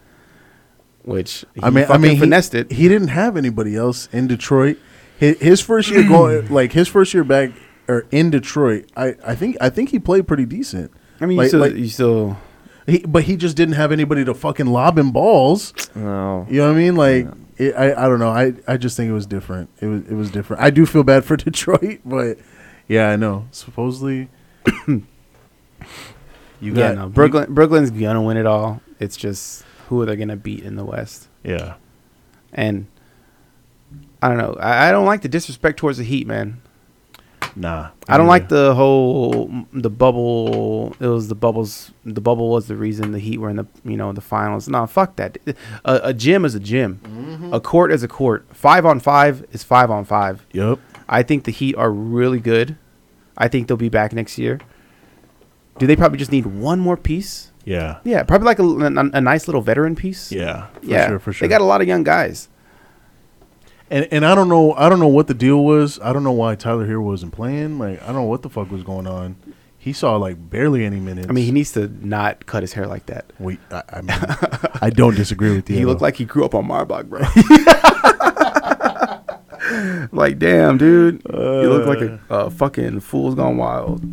Which he
I mean, I
fucking
mean, he-
finessed it.
He didn't have anybody else in Detroit. His, his first year going, like his first year back or in Detroit, I, I think I think he played pretty decent.
I mean, you
Like-
still,
like-
you still,
He, but he just didn't have anybody to fucking lob him balls.
No,
You know what I mean? Like, it, I I don't know. I, I just think it was different. It was it was different. I do feel bad for Detroit, but yeah, I know. Supposedly, you
yeah,
got
no. Brooklyn, Brooklyn's gonna win it all. It's just who are they gonna beat in the West?
yeah,
And I don't know. I, I don't like the disrespect towards the Heat, man.
nah.
I don't like the whole mm, the bubble. It was the bubbles. The bubble was the reason the Heat were in the you know the finals. No, fuck that. A,
Mm-hmm.
a gym is a gym. A court is a court. Five on five is five on five.
Yep.
I think the Heat are really good. I think they'll be back next year. Do they probably just need one more piece?
Yeah.
Yeah, probably like a, a, a nice little veteran piece.
Yeah. For
yeah,
sure. For sure.
They got a lot of young guys.
and and I don't know. I don't know what the deal was. I don't know why Tyler here wasn't playing. Like I don't know what the fuck was going on. He saw like barely any minutes.
I mean, he needs to not cut his hair like that.
Wait, I, I, mean, I don't disagree with you.
He looked like he grew up on Marbach, bro. like, damn, dude. you look like a, a fucking fool's gone wild.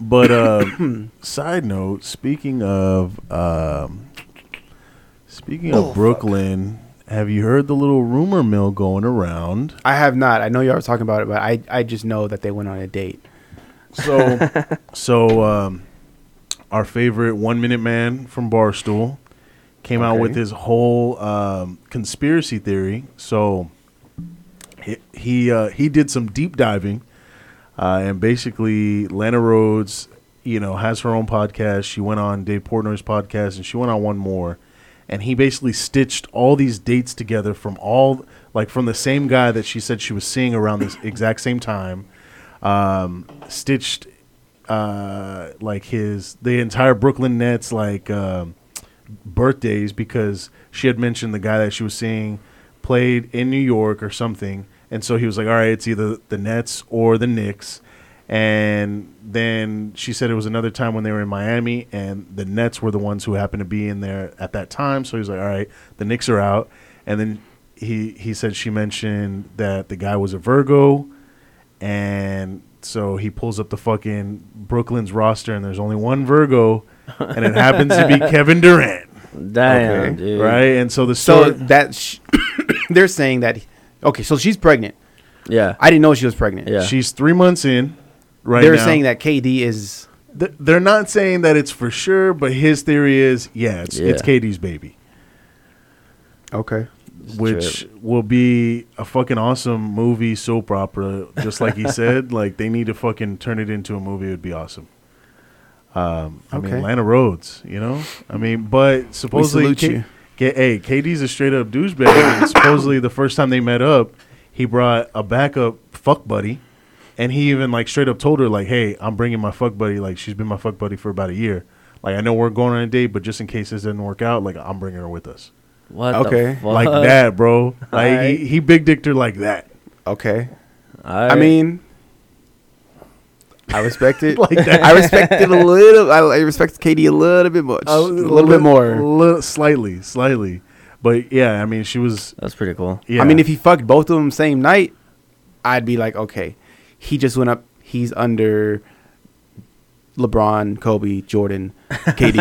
But uh, side note, speaking of um, speaking of Brooklyn, have you heard the little rumor mill going around?
I have not. I know y'all were talking about it, but I, I just know that they went on a date.
So, so um, our favorite one minute man from Barstool came out with
Okay.
his whole um, conspiracy theory. So he he, uh, he did some deep diving, uh, and basically Lana Rhodes, you know, has her own podcast. She went on Dave Portnoy's podcast, and she went on one more. And he basically stitched all these dates together from all like from the same guy that she said she was seeing around this exact same time um, stitched uh, like his the entire Brooklyn Nets like um, birthdays because she had mentioned the guy that she was seeing played in New York or something, and so he was like, "All right, it's either the Nets or the Knicks." And then she said it was another time when they were in Miami, and the Nets were the ones who happened to be in there at that time. So he was like, "All right, the Knicks are out." And then he he said she mentioned that the guy was a Virgo, and so he pulls up the fucking Brooklyn's roster, and there's only one Virgo, and it happens to be Kevin Durant,
Damn,
Okay.
dude.
right? And so the
So
story,
that sh- they're saying that. Okay, so she's pregnant.
Yeah.
I didn't know she was pregnant.
Yeah.
she's three months in, right?
they're
now.
saying that KD is.
Th- they're not saying that it's for sure, but his theory is, yeah, it's it's
Yeah.
Katie's baby,
Okay.
which will be a fucking awesome movie soap opera, just like he said. Like they need to fucking turn it into a movie; it would be awesome. Um, I
Okay.
mean, Lana Rhodes, you know. I mean, but supposedly,
salute
K-
you.
K- hey, KD's a straight up douchebag. and supposedly, the first time they met up, he brought a backup fuck buddy, and he even like straight up told her like, "Hey, I'm bringing my fuck buddy. Like, she's been my fuck buddy for about a year. Like, I know we're going on a date, but just in case this doesn't work out, like, I'm bringing her with us.
What
Okay.
the fuck?
Like that, bro. Like,
Alright.
he, he big dicked her like that.
Okay. I
Alright.
mean, I respect it.
Like that.
I respect it a little. I, I respect KD a little bit much. a little bit more.
Li- slightly, slightly. But yeah, I mean, she was.
that's pretty cool.
Yeah.
I mean, if he fucked both of them same night, I'd be like, okay, he just went up. He's under LeBron, Kobe, Jordan, KD.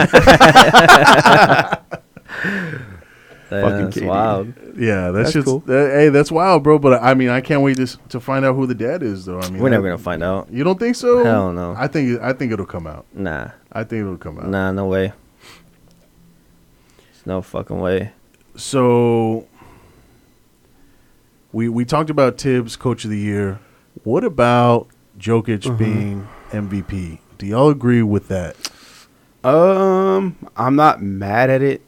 Fucking
That's
kidding.
wild.
Yeah, that's,
That's
just
cool.
that- hey, that's wild, bro. But I mean, I can't wait to s- to find out who the dad is, though. I mean,
We're never
that-
gonna find out.
You don't think so?
Hell no.
I think I think it'll come out.
Nah,
I think it'll come out.
nah, no way. There's no fucking way.
So we we talked about Tibbs, coach of the year. What about Jokic
Mm-hmm.
being MVP? Do y'all agree with that?
um, I'm not mad at it.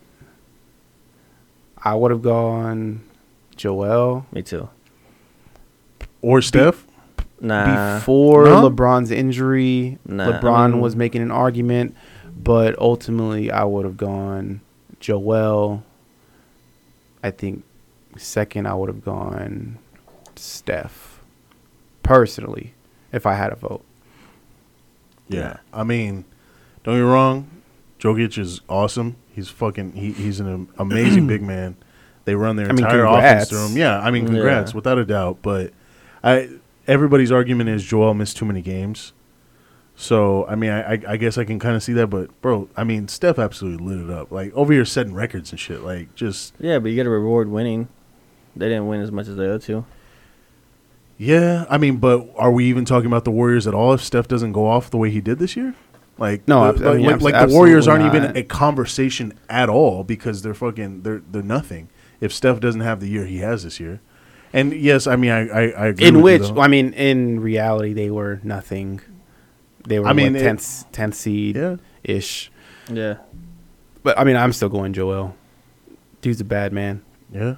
I would have gone Joel
Me too.
Or Steph?
Nah.
before
No?
LeBron's injury.
Uh, Nah.
LeBron
I mean-
was making an argument, but ultimately, I would have gone Joel. I think second, I would have gone Steph. Personally, if I had a vote,
Yeah. I mean, don't get me wrong, Jokic is awesome. He's fucking he, he's an am- amazing big man. They run their
I mean,
entire
congrats.
offense through him. Yeah, I mean congrats,
Yeah.
without a doubt. But I everybody's argument is Joel missed too many games. So I mean I, I, I guess I can kinda see that, but bro, I mean Steph absolutely lit it up. Like over here setting records and shit. Like just
yeah, but you get a reward winning. They didn't win as much as the other two.
yeah, I mean, but are we even talking about the Warriors at all if Steph doesn't go off the way he did this year? Like
No,
the,
abs- I
like-
mean,
like,
abs-
like the Warriors aren't
absolutely
even
not.
a conversation at all because they're fucking they're they're nothing. If Steph doesn't have the year he has this year, and yes, I mean I I, I agree
in
with you,
which
though.
I mean, in reality, they were nothing. They were
I
I
mean,
mean
it-
tenth tenth seed
Yeah.
ish,
Yeah.
but I mean, I'm still going Joel. Dude's a bad man,
yeah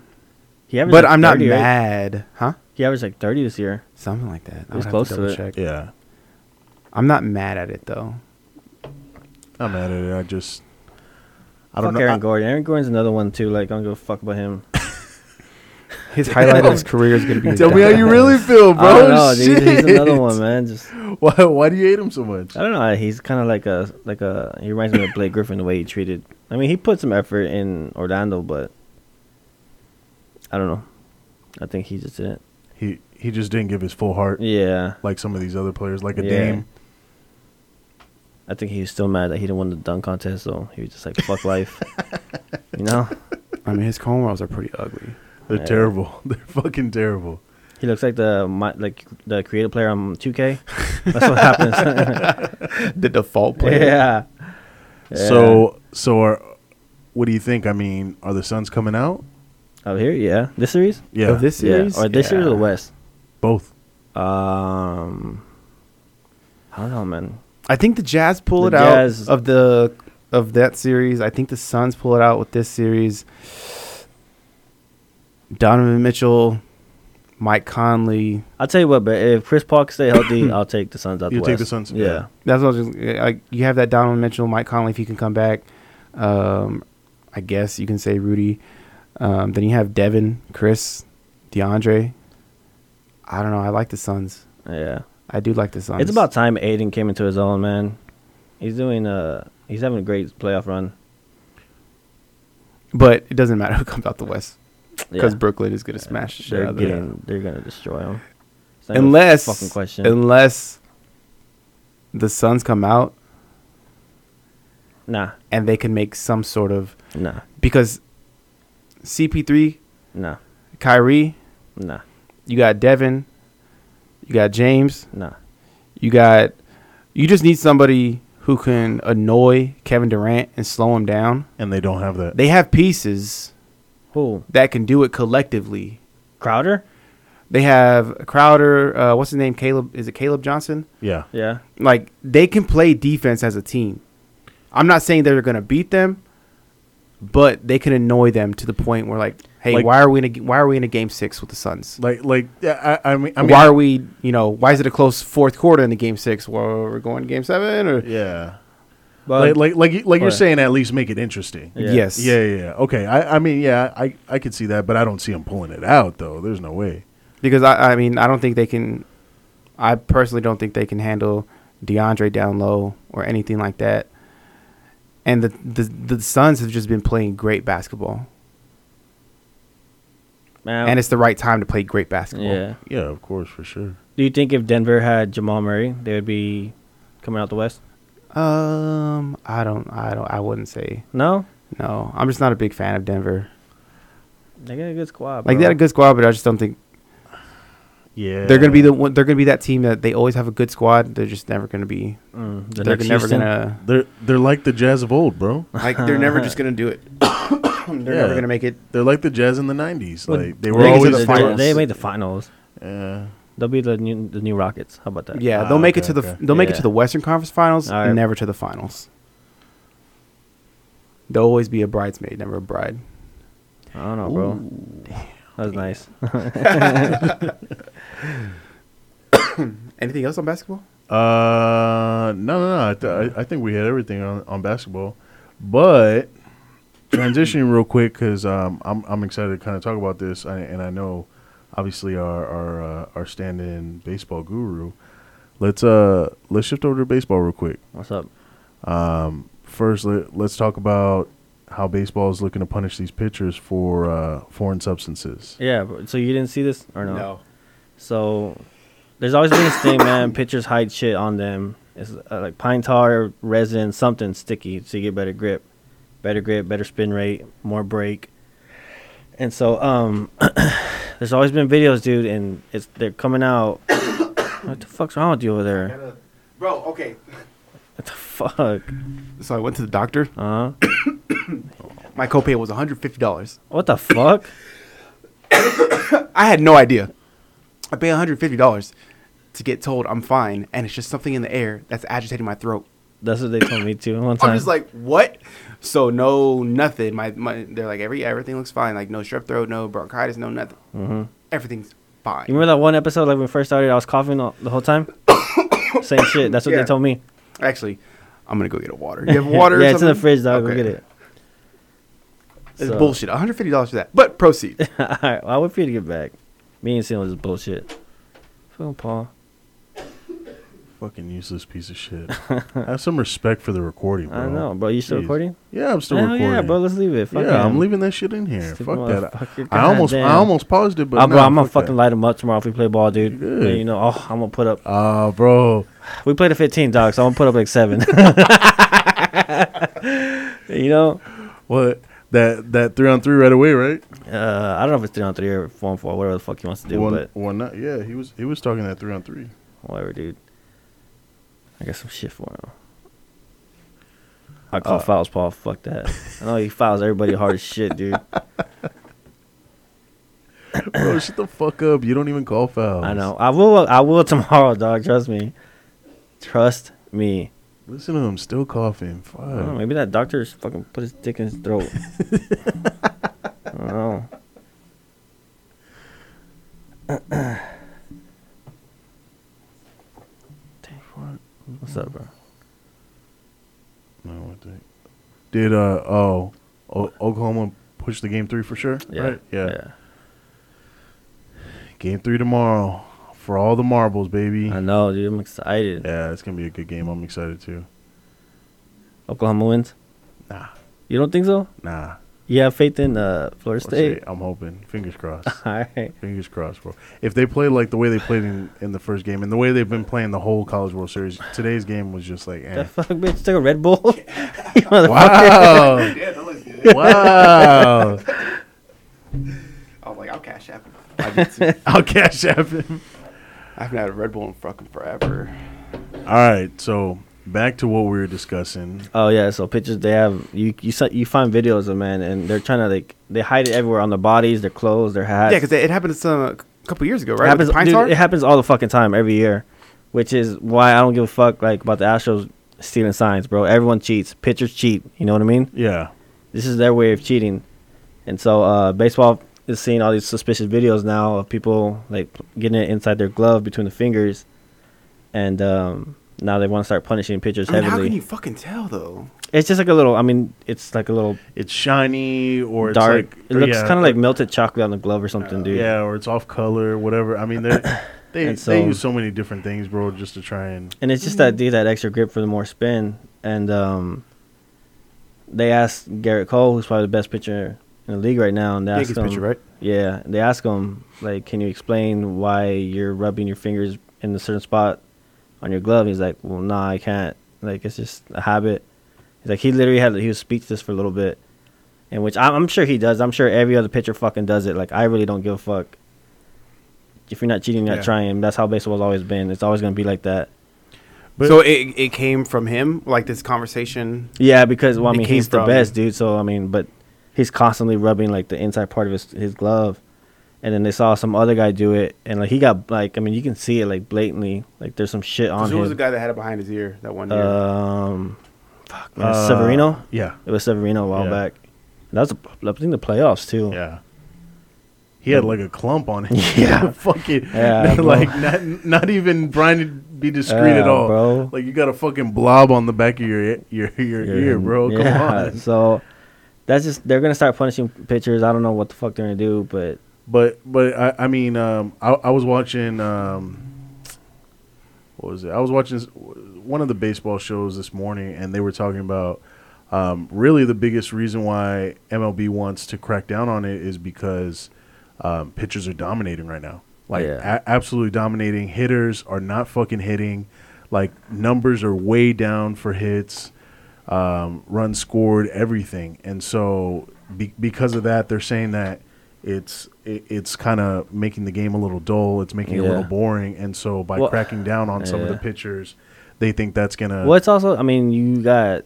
He averaged
but
like
I'm not
30, right?
mad, huh?
He averaged like 30 this year.
Something like that. I would
was
have
close to
double
it.
check.
Yeah,
I'm not mad at it though.
I'm at it. I just I
I
don't
don't fuck
know.
Aaron
I-
Gordon. Aaron Gordon's another one too. Like I don't give a fuck about him.
His highlight of his career is gonna be. his
Tell me how you
downfall.
really feel, Oh, bro.
I don't know, dude. He's
Shit.
another one, man. Just I
Why, why do you hate him so much?
don't know. He's kind of like a like a. He reminds me of Blake Griffin the way he treated. I mean, he put some effort in Orlando, but I don't know. I think he just didn't.
He he just didn't give his full heart
Yeah,
like some of these other players, like a
Yeah.
Dame.
I think he was still mad that he didn't win the dunk contest, so he was just like, "Fuck life," you know.
I mean, his cornrows are pretty ugly.
They're
Yeah.
terrible. They're fucking terrible.
He looks like the my, like the creative player on 2K. That's what happens.
The default player.
yeah.
So so are what do you think? I mean, are the Suns coming out?
Out Oh, here, yeah. This series?
Yeah,
Of this series,
Yeah. Or this year or the
Yeah.
West?
both.
Um, I don't know, man.
I think the Jazz pull
The
it out
Jazz-
of the of that series. I think the Suns pull it out with this series. Donovan Mitchell, Mike Conley.
I'll tell you what, but if Chris Paul can stay healthy, I'll take the Suns out.
You'll
the
take
West.
the Suns,
Yeah.
yeah.
That's what I was just, eh, like. You have that Donovan Mitchell, Mike Conley. If he can come back, um, I guess you can say Rudy. Um, then you have Devin, Chris, DeAndre. I don't know. I like the Suns.
yeah,
I do like the Suns.
It's about time Aiden came into his own, man. He's doing uh he's having a great playoff run.
but it doesn't matter who comes out the West because
Yeah.
Brooklyn is gonna smash the shit
they're
out of them.
getting they're gonna destroy him. It's not even a
unless
fucking question.
unless the Suns come out
nah,
and they can make some sort of
nah,
because CP3,
nah,
Kyrie,
nah,
you got Devin, you got James,
nah.
you got you just need somebody who can annoy Kevin Durant and slow him down.
And they don't have that.
They have pieces
Who?
that can do it collectively.
Crowder?
They have Crowder, uh, what's his name? Caleb is it Caleb Johnson?
yeah.
Yeah.
like they can play defense as a team. I'm not saying they're going to beat them, but they can annoy them to the point where like, hey,
Like-
why are we in a, why are we in a game six with the Suns?
Like like yeah, I, I mean I mean
why are we you know why is it a close fourth quarter in the game six? Where we're going to game seven or
yeah. like
But
like like, you- like you're
Or-
saying at least make it interesting.
Yeah.
yes,
Yeah, yeah, yeah. Okay. I, I mean, yeah, I, I could see that, but I don't see him pulling it out though. There's no way.
because I I mean I don't think they can. I personally don't think they can handle DeAndre down low or anything like that. And the the, the Suns have just been playing great basketball,
man,
and it's the right time to play great basketball.
yeah.
Yeah, of course, for sure.
Do you think if Denver had Jamal Murray, they would be coming out the West?
Um, I don't, I don't, I wouldn't say
No,
no. I'm just not a big fan of Denver.
they got a good squad.
Like they
bro.
had a good squad, but I just don't think
Yeah,
they're gonna be the one. They're gonna be that team that they always have a good squad. They're just never gonna be.
Mm, the
They're
next
never
Houston?
gonna.
They're they're like the Jazz of old, bro.
Like they're never just gonna do it.
They're
Yeah.
never gonna make it.
They're like the Jazz in the '90s.
Well,
Like they
they
were
get to
always
the
they-
finals.
They made the finals.
Yeah.
They'll be the new the new Rockets. How about that?
Yeah,
Ah,
they'll make it
okay,
to the.
okay.
They'll make it
Yeah.
to the Western Conference Finals,
All right.
and never to the finals. They'll always be a bridesmaid, never a bride.
I don't know, bro. That was nice.
Anything else on basketball?
Uh, no, no, no. I, th- I, I think we had everything on, on basketball, but transitioning real quick because um, I'm I'm excited to kind of talk about this, I, and I know obviously our our uh, our stand-in baseball guru. Let's uh let's shift over to baseball real quick.
What's up?
First, let, let's talk about how baseball is looking to punish these pitchers for uh, foreign substances.
Yeah. bro, So you didn't see this or no? So there's always been this thing, man. Pitchers hide shit on them. It's uh, like pine tar, resin, something sticky, so you get better grip, better grip, better spin rate, more break. And so, um, there's always been videos, dude, and it's they're coming out. what the fuck's wrong with you over there?
Bro, okay.
What the fuck?
So I went to the doctor.
Uh huh.
My copay was 150 dollars.
What the fuck?
I had no idea. I pay $150 to get told I'm fine, and it's just something in the air that's agitating my throat.
That's what they told me too one time.
I'm just like, what? So no, nothing. My, my they're like every everything looks fine. Like no strep throat, no bronchitis, no nothing. Everything's spine.
Mm-hmm. You remember that one episode like when we first started? I was coughing all, the whole time. Same shit. That's what
Yeah.
they told me.
Actually, I'm gonna go get a water. You have water? or
yeah, it's in the
something?
fridge, dog. Go
Okay.
get it.
It's
So-
bullshit. 150 dollars for that. But proceed.
All right, well, I wait for you to get back. Me and Seal is bullshit. Fucking Paul.
Fucking useless piece of shit. Have some respect for the recording, bro.
I know, bro. You still
Jeez.
recording?
Yeah, I'm still
Hell
recording.
yeah, bro. Let's leave it. Fuck
yeah, I'm
him.
leaving that shit in here.
Stupid
Fuck that.
motherfucker.
I, I almost, I
Goddamn.
almost paused it, but
Ah, bro,
nah,
I'm gonna
fuck
fucking
that.
light him up tomorrow if we play ball, dude.
Good.
Yeah, you know, oh, I'm gonna put up.
Ah, bro.
We played a 15, dog, so I'm gonna put up like seven. you know,
What that that three on three right away, right?
uh, I don't know if it's three on three or four on four, whatever the fuck he wants to do,
one,
but
one night. Yeah, he was he was talking that three on three.
whatever, dude. I got some shit for him. I
Uh,
call fouls, Paul. Fuck that. I know he fouls everybody hard as shit, dude.
Oh, bro, shut the fuck up. You don't even call fouls.
I know. I will. I will tomorrow, dog. Trust me. Trust me.
Listen to him still coughing. Fuck.
I don't know, maybe that doctor just fucking put his dick in his throat. I don't know. What's up, bro?
No, I think. Did uh oh, o- Oklahoma push the game three for sure? Right? Game three tomorrow for all the marbles, baby.
I know, dude. I'm excited.
Yeah, it's gonna be a good game. I'm excited too.
Oklahoma wins.
Nah,
You don't think so?
nah.
You have faith in uh, Florida
Let's
State?
see. I'm hoping. Fingers crossed.
All right.
Fingers crossed, bro. If they play like the way they played in, in the first game and the way they've been playing the whole College World Series, today's game was just like, eh.
That fuck bitch took a Red Bull. You motherfucker.
wow, wow.
I was like, I'll cash app. it.
I'll cash app him.
I haven't had a Red Bull in fucking forever.
All right, so back to what we were discussing.
Oh yeah, so pictures they have you you si- you find videos of man and they're trying to like they hide it everywhere on their bodies, their clothes, their hats.
Yeah, because it happened some a couple years ago,
it
right? With
happens
the pine
dude,
tar?
it happens all the fucking time every year, which is why I don't give a fuck like about the Astros stealing signs, bro. Everyone cheats, pitchers cheat. You know what I mean?
Yeah,
This is their way of cheating, and so uh, baseball is seeing all these suspicious videos now of people like getting it inside their glove between the fingers, and um, now they want to start punishing pitchers
I mean, how
heavily.
can you fucking tell though?
it's just like a little. I mean, it's like a little
it's shiny or it's Like,
dark. it looks
yeah, Uh,
kind of like melted chocolate on the glove or something, dude.
yeah, or it's off color, whatever. I mean, they they,
And so-
they use so many different things, bro, just to try and
And it's just that dude that extra grip for the more spin. And um, they asked Garrett Cole, who's probably the best pitcher in the league right now, and they asked
Yankees
him,
pitcher, right?
yeah, they asked him like, can you explain why you're rubbing your fingers in a certain spot on your glove? He's like, well, nah, I can't. Like, it's just a habit. He's like, he literally had he was speechless for a little bit, and which I'm, I'm sure he does. I'm sure every other pitcher fucking does it. Like, I really don't give a fuck. If you're not cheating, you're not
Yeah.
trying. That's how baseball's always been. It's always gonna be like that.
But-
so it it came from him, like this conversation.
Yeah, because well, I
It
mean,
came
he's the
from-
best dude. So I mean, but he's constantly rubbing like the inside part of his his glove, and then they saw some other guy do it, and like he got like I mean, you can see it like blatantly. Like there's some shit on
Who was the
him.
guy that had it behind his ear that one year?
Um, fuck, man,
Uh,
Severino.
Yeah,
It was Severino a while
Yeah.
back. That was I think the playoffs too.
yeah. He had like a clump on him.
Yeah.
fucking.
Yeah, bro.
like not not even trying to be discreet
Yeah,
at all,
bro.
Like you got a fucking blob on the back of your e- your your ear, bro. Come
Yeah,
on.
So that's just they're gonna start punishing pitchers. I don't know what the fuck they're gonna do, but
But but I, I mean um I, I was watching um what was it? I was watching s- one of the baseball shows this morning and they were talking about um really the biggest reason why MLB wants to crack down on it is because um pitchers are dominating right now. Like
Yeah.
a- absolutely dominating. Hitters are not fucking hitting. Like numbers are way down for hits um, run scored, everything. And so be- because of that, they're saying that it's it, it's kind of making the game a little dull. It's making it a
Yeah.
little boring. And so by
Well,
cracking down on some of the
yeah.
pitchers, they think that's gonna.
Well, it's also, I mean, you got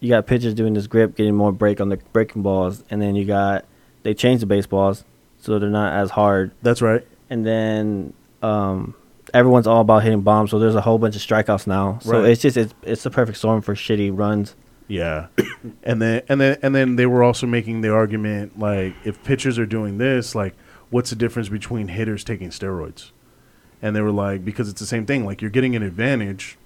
you got pitchers doing this grip, getting more break on the breaking balls, and then you got they changed the baseballs so they're not as hard,
That's right.
and then um, everyone's all about hitting bombs, so there's a whole bunch of strikeouts now. So
Right.
it's just it's it's the perfect storm for shitty runs.
Yeah. and then and then and then they were also making the argument like if pitchers are doing this, like what's the difference between hitters taking steroids? And they were like, because it's the same thing. Like you're getting an advantage,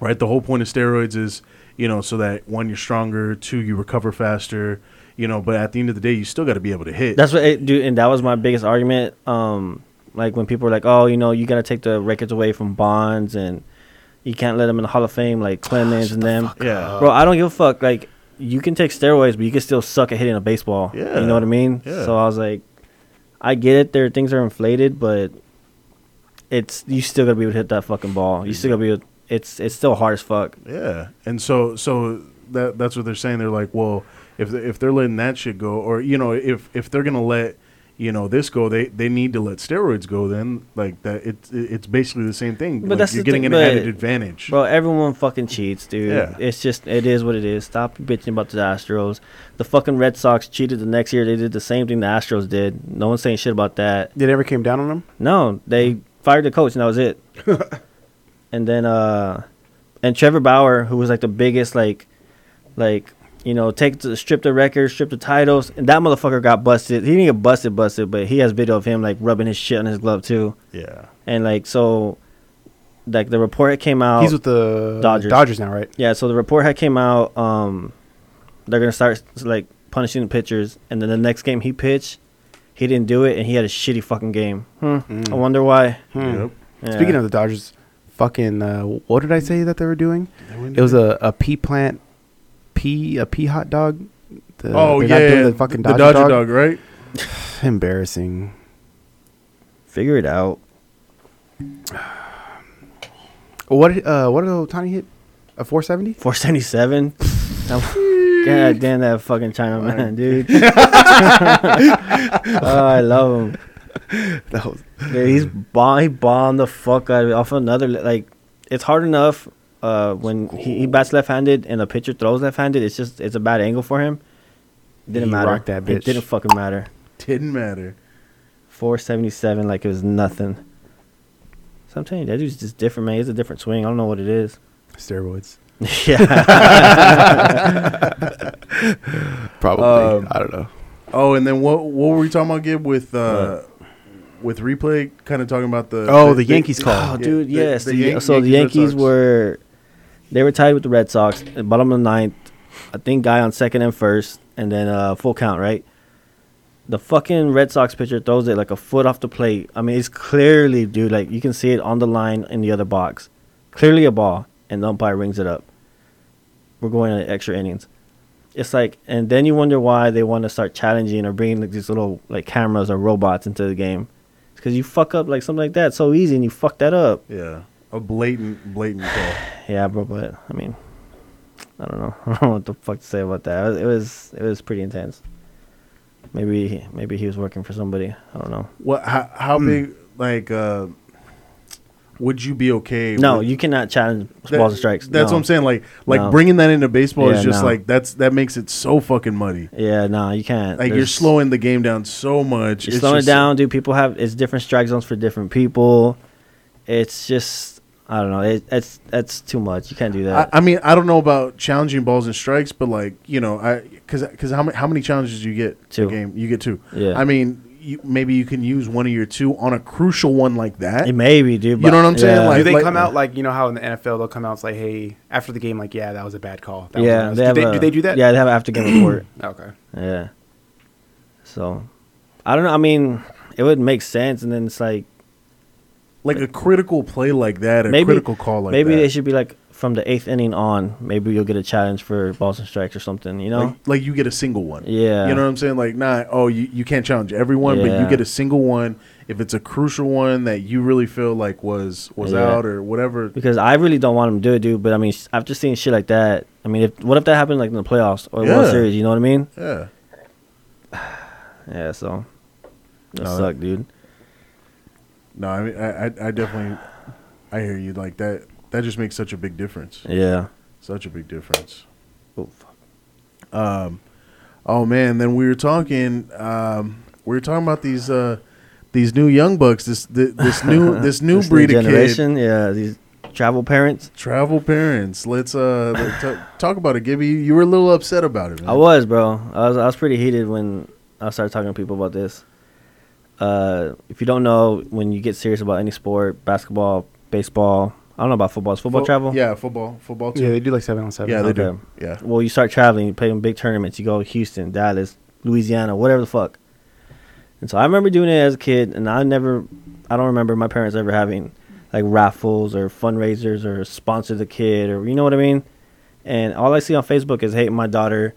right? The whole point of steroids is, you know, so that one, you're stronger, two, you recover faster, you know, but at the end of the day, you still got to be able to hit.
That's what it dude, and that was my biggest argument. Um, like when people were like, "Oh, you know, you gotta take the records away from Bonds, and you can't let them in the Hall of Fame like Clemens and them."
yeah.
Bro, I don't give a fuck. Like, you can take steroids, but you can still suck at hitting a baseball.
Yeah.
you know what I mean.
Yeah.
So I was like, I get it. There, things are inflated, but it's you still gotta be able to hit that fucking ball.
Mm-hmm.
You still gotta be. Able, it's it's still hard as fuck.
Yeah, and so so that that's what they're saying. They're like, well, if they- if they're letting that shit go, or you know, if if they're gonna let you know this go, they they need to let steroids go. Then like that, it's it's basically the same thing.
But
Like,
that's
you're
the
getting
thing,
an
but-
added advantage.
Bro, everyone fucking cheats, dude.
Yeah.
It's just it is what it is. Stop bitching about the Astros. The fucking Red Sox cheated the next year. They did the same thing the Astros did. No one's saying shit about that.
They never came down on him.
No, they fired the coach and that was it. and then uh and Trevor Bauer, who was like the biggest like like you know, take the strip the records, strip the titles, and that motherfucker got busted. He didn't get busted, busted, but he has video of him like rubbing his shit on his glove too,
Yeah,
and like so, like the report came out.
He's with the
Dodgers.
Oh, Dodgers, now, right?
Yeah, so the report had came out. Um, they're gonna start like punishing the pitchers, and then the next game he pitched, he didn't do it, and he had a shitty fucking game. Hmm. I wonder why.
Hmm.
Yep.
Yeah.
Speaking of the Dodgers, fucking uh, what did I say that they were doing? It was a, a pea plant, pea a pea hot dog. The,
oh
they're not
yeah,
doing
the,
the fucking
the
Dodger,
Dodger dog.
dog.
right?
Embarrassing.
figure it out.
What uh what did Otani hit? A four seventy?
Four seventy seven. God damn that fucking China man, dude. oh, I love him.
That was
Dude, he's bomb. He bombed the fuck out of it off another. le- Like, it's hard enough uh, when he, he bats left-handed and the pitcher throws left-handed. It's just it's a bad angle for him. Didn't
He
matter.
rocked that
It
bitch.
didn't fucking matter.
Didn't matter.
Four seventy-seven, like it was nothing. So I'm telling you, that dude's just different, man. It's a different swing. I don't know what it is.
steroids.
yeah,
Probably.
Um,
I don't know.
Oh, and then what what were we talking about, Gib? With uh, with replay, kind of talking about the
Oh, the Yankees call.
oh, dude,
the-
yes.
the
The
Yan-
so the
Yankees, Red
Yankees
Sox.
were they were tied with the Red Sox. at Bottom of the ninth, I think guy on second and first, and then uh, full count, right? The fucking Red Sox pitcher throws it like a foot off the plate. I mean, it's clearly, dude, like you can see it on the line in the other box. Clearly a ball, and the umpire rings it up. We're going to extra innings. It's like, and then you wonder why they want to start challenging or bringing like these little like cameras or robots into the game. Because you fuck up like something like that so easy, and you fuck that up.
Yeah, a blatant blatant call.
Yeah, bro. But I mean, I don't know. I don't know what the fuck to say about that. It was it was pretty intense. Maybe maybe he was working for somebody. I don't know.
What? How,
Hmm.
how big? Like, uh, would you be okay?
No,
with-
you cannot challenge
That-
balls and strikes.
That's
No.
what I'm saying. Like, like
No.
bringing that into baseball is
Yeah,
just
no.
like that's that makes it so fucking muddy.
Yeah, no, you can't.
Like you're
There's-
slowing the game down so much.
You're
It's
slowing
just-
it down, dude. People have it's different strike zones for different people. It's just I don't know. It, it's that's too much. You can't do
I,
that.
I mean, I don't know about challenging balls and strikes, but like you know, I because because how many how many challenges do you get
Two.
a game? You get two.
Yeah.
I mean, you, maybe you can use one of your two on a crucial one like that.
it may be, dude.
You know what I'm saying?
yeah.
Like-
Do they
like-
come out like you know how in the NFL they'll come out it's like, hey, after the game, like, yeah, that was a bad call. That was
yeah,
a-
they have
do, they,
a-
do they do that?
Yeah, they have an after game report.
Okay.
Yeah. So, I don't know. I mean, it would make sense, and then it's like
like a critical play like that, a
maybe
critical call like
maybe
that.
they should be like from the eighth inning on. Maybe you'll get a challenge for balls and strikes or something. You know?
Like, like you get a single one.
Yeah.
You know what I'm saying? Like, nah, oh, you, you can't challenge everyone, but you
Yeah.
get a single one if it's a crucial one that you really feel like was was
Yeah.
out or whatever.
because I really don't want them to do it, dude. But I mean, s- after seeing shit like that, I mean, if what if that happened like in the playoffs or World
Yeah.
Series? You know what I mean?
Yeah.
Yeah. So, that
No,
suck, dude.
No, I mean, I, I, I definitely, I hear you. Like that, that just makes such a big difference.
Yeah.
Such a big difference.
Oh, fuck.
Oh man, then we were talking, um, we were talking about these, uh, these new young bucks, this, this, this new, this new
This
breed of kid.
generation. Yeah. These travel parents.
Travel parents. Let's uh let- t- talk about it, Gibby. You were a little upset about it. Man.
I was, bro. I was I was pretty heated when I started talking to people about this. Uh, if you don't know, when you get serious about any sport, basketball, baseball, I don't know about football. Is football
Fo-
travel?
Yeah, football. Football too.
Yeah, they do like seven on seven.
Yeah, they
Okay.
do. Yeah.
Well, you start traveling, you play in big tournaments. You go to Houston, Dallas, Louisiana, whatever the fuck. And so I remember doing it as a kid, and I never, I don't remember my parents ever having like raffles or fundraisers or sponsor the kid or you know what I mean. And all I see on Facebook is, hey, my daughter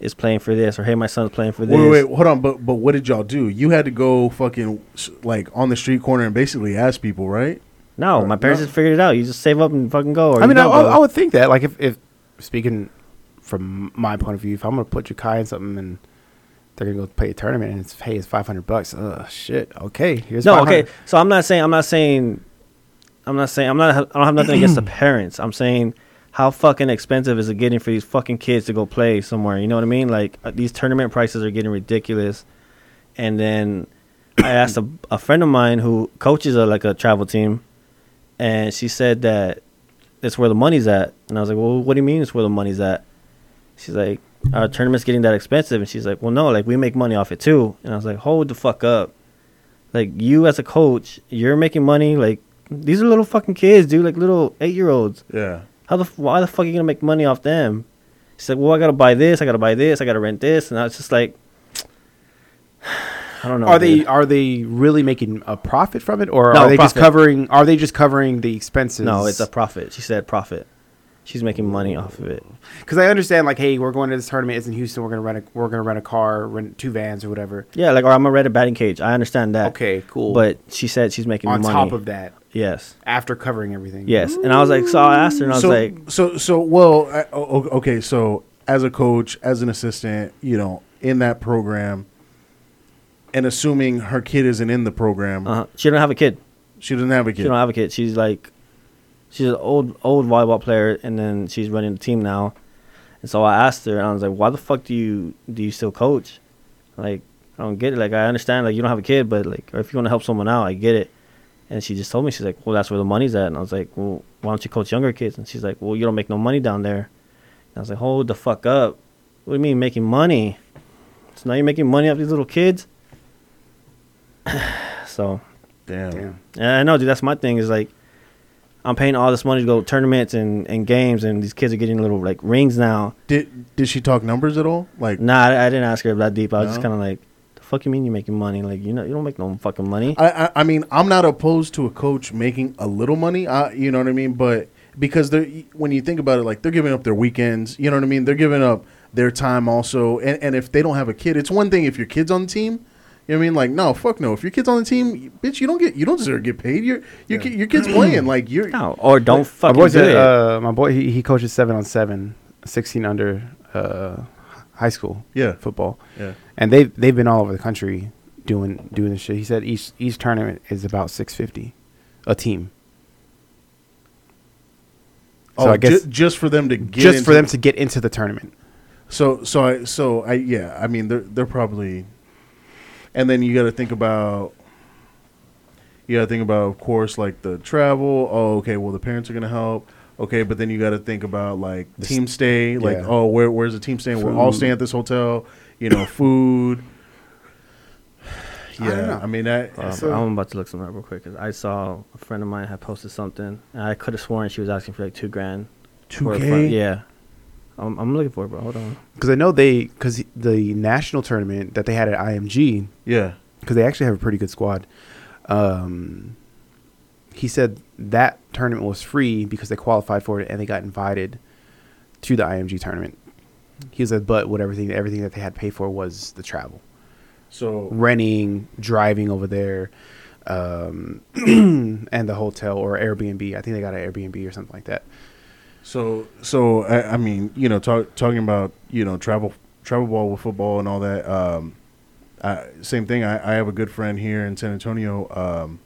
is playing for this, or hey, my son's playing for this.
Wait, wait, hold on. But but what did y'all do? You had to go fucking s- like on the street corner and basically ask people, right?
No, my parents
No.
just figured it out. You just save up and fucking go. Or
I mean, I,
don't
I,
go.
I would think that, like, if, if speaking from my point of view, if I'm gonna put Jakai in something and they're gonna go play a tournament and it's hey, it's five hundred bucks. Oh shit. Okay, here's
no,
500.
okay. So I'm not saying I'm not saying I'm not saying I'm not I don't have nothing against the parents. I'm saying how fucking expensive is it getting for these fucking kids to go play somewhere? You know what I mean? Like uh, these tournament prices are getting ridiculous. And then I asked a, a friend of mine who coaches a, like a travel team, and she said that it's where the money's at. And I was like, well, what do you mean it's where the money's at? She's like, our tournament's getting that expensive. And she's like, well, no, like we make money off it too. And I was like, hold the fuck up. Like you as a coach, you're making money. Like these are little fucking kids, dude. Like little eight year olds.
Yeah.
How the f- why the fuck are you gonna make money off them? She's like, well, I gotta buy this, I gotta buy this, I gotta rent this, and I was just like, I don't know.
are they
dude.
are they really making a profit from it, or
No,
are they just
profit.
covering? Are they just covering the expenses?
No, it's a profit. She said profit. She's making money off of it.
because I understand like, hey, we're going to this tournament. It's in Houston. We're gonna rent a we're gonna rent a car, rent two vans or whatever.
Yeah, like or I'm gonna rent a batting cage. I understand that.
Okay, cool.
But she said she's making
On
money
top of that,
Yes,
after covering everything,
yes. And I was like, so I asked her, and I was
so,
like,
so so well, I, o- o- okay. So as a coach, as an assistant, you know, in that program, and assuming her kid isn't in the program,
uh, she don't have a kid.
she doesn't have a
She
kid.
don't have a kid. She's like, she's an old old volleyball player, and then she's running the team now. And so I asked her, and I was like, "Why the fuck do you do you still coach? Like, I don't get it. Like, I understand like you don't have a kid, but like, or if you want to help someone out, I get it." And she just told me, she's like, "Well, that's where the money's at." And I was like, "Well, why don't you coach younger kids?" And she's like, "Well, you don't make no money down there." And I was like, "Hold the fuck up! What do you mean making money? So now you're making money off these little kids." so
Damn.
Damn.
and I know, dude. That's my thing. Is like, I'm paying all this money to go to tournaments and, and games, and these kids are getting little like rings now.
Did did she talk numbers at all? Like,
Nah, I, I didn't ask her that deep. I was just
No?
kind of like, the fuck you mean you making money? Like, you know, you don't make no fucking money.
I, I I mean, I'm not opposed to a coach making a little money. I, you know what I mean, but because they're when you think about it, like they're giving up their weekends. You know what I mean? They're giving up their time also, and and if they don't have a kid, it's one thing if your kid's on the team. You know what I mean? Like, no, fuck no. If your kid's on the team, bitch, you don't get, you don't deserve to get paid. Your your ki your kid's playing. Like, you're
no, or don't
my
fucking
boy's
do it.
a, uh, my boy. He, he coaches seven on seven, 16 under uh, high school.
Yeah.
football.
Yeah.
and they've they've been all over the country doing doing this shit. He said each each tournament is about six fifty, a team.
oh,
so I guess-
ju- just for them to get
just for
into-
them to get into the tournament.
So so I so I yeah I mean they're they're probably, and then you got to think about. You got to think about of course like the travel. Oh okay, well the parents are gonna help. Okay, but then you got to think about like team stay. Like
yeah.
oh where where's the team staying? We're all staying at this hotel. You know food.
don't
Yeah,
know.
I, mean that.
Um,
So-
I'm about to look something up real quick because I saw a friend of mine had posted something, and I could have sworn she was asking for like two grand. for a
2K?
front- Yeah, I'm, I'm looking for it, bro. Hold on.
Because I know they because the national tournament that they had at IMG
yeah,
because they actually have a pretty good squad. Um, he said that tournament was free because they qualified for it and they got invited to the IMG tournament. He said, but what everything everything that they had to pay for was the travel,
so
renting, driving over there, um, and the hotel or Airbnb. I think they got an Airbnb or something like that.
so so I, I mean you know talk, talking about you know travel travel ball with football and all that. Um, I, same thing. I, I have a good friend here in San Antonio. Um,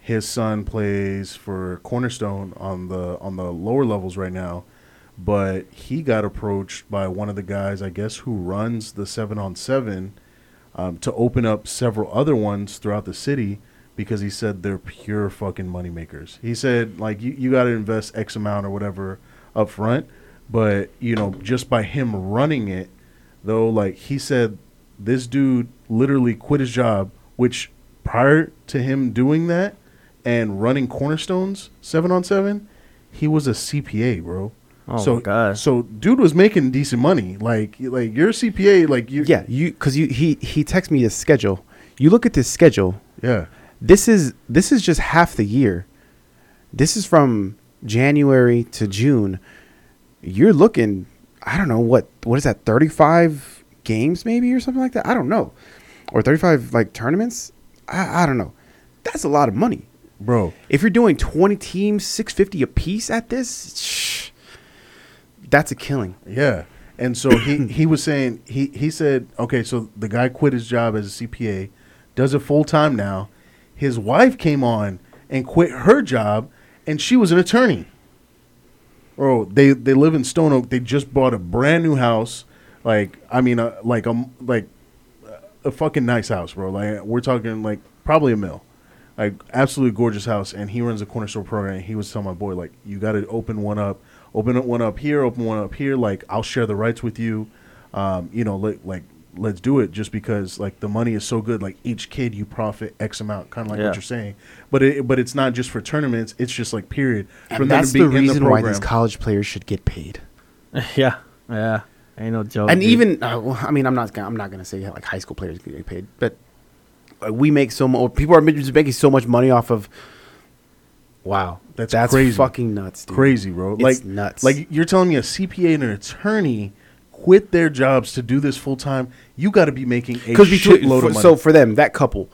his son plays for Cornerstone on the on the lower levels right now, but he got approached by one of the guys, I guess, who runs the seven on seven, um, to open up several other ones throughout the city because he said they're pure fucking moneymakers. He said like you, you got to invest X amount or whatever up front, but you know just by him running it, though, like he said this dude literally quit his job, which prior to him doing that and running Cornerstones seven on seven, he was a CPA, bro.
Oh
so,
my God.
So dude was making decent money. Like like you're a CPA, like you
Yeah, you because you he he texted me his schedule. You look at this schedule.
Yeah.
This is this is just half the year. This is from January to June. You're looking, I don't know what what is that, thirty five games maybe or something like that. I don't know, or thirty five like tournaments. I, I don't know. That's a lot of money.
Bro.
If you're doing twenty teams, six fifty a piece at this, shh, that's a killing.
Yeah. And so he, he was saying he, he said, okay, so the guy quit his job as a CPA, does it full time now. His wife came on and quit her job and she was an attorney. Bro, they, they live in Stone Oak. They just bought a brand new house. Like I mean uh, like a m- like a fucking nice house, bro. Like we're talking like probably a mill, like absolutely gorgeous house. And he runs a corner store program. And he was telling my boy like, you got to open one up, open up one up here, open one up here. Like I'll share the rights with you. Um, you know, like like let's do it just because like the money is so good. Like each kid you profit X amount, kind of like
Yeah.
what you're saying. But it but it's not just for tournaments. It's just like period. For
And
them to
that's
be
the
in
reason why these
program.
college players should get paid.
yeah, yeah. Ain't no joke.
and
dude.
even uh, well, I mean, I'm not gonna, I'm not gonna say like high school players get paid, but uh, we make so much. People are just making so much money off of. Wow,
That's crazy.
fucking nuts, dude.
crazy, bro.
It's
like
nuts.
Like you're telling me a CPA and an attorney quit their jobs to do this full time. You got to be making a
because between
shitload
for-
of money.
so for them that couple,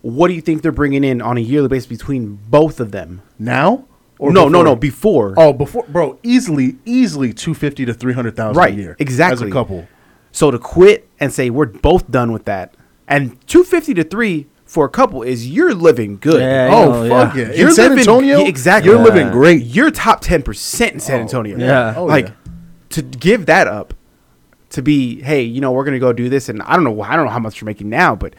what do you think they're bringing in on a yearly basis between both of them?
now
no, no,
before?
no, before.
Oh, before, bro, easily, easily two fifty to three hundred thousand
right,
a year,
exactly.
as a couple.
So to quit and say we're both done with that, and two fifty to three for a couple is you're living good.
Yeah,
Oh,
know,
fuck
yeah.
yeah! In San Antonio,
Yeah, exactly.
You're living
Yeah.
great.
You're top ten percent in San Antonio.
yeah. Oh,
like
yeah.
to give that up to be, hey, you know, we're gonna go do this, and I don't know, I don't know how much you're making now, but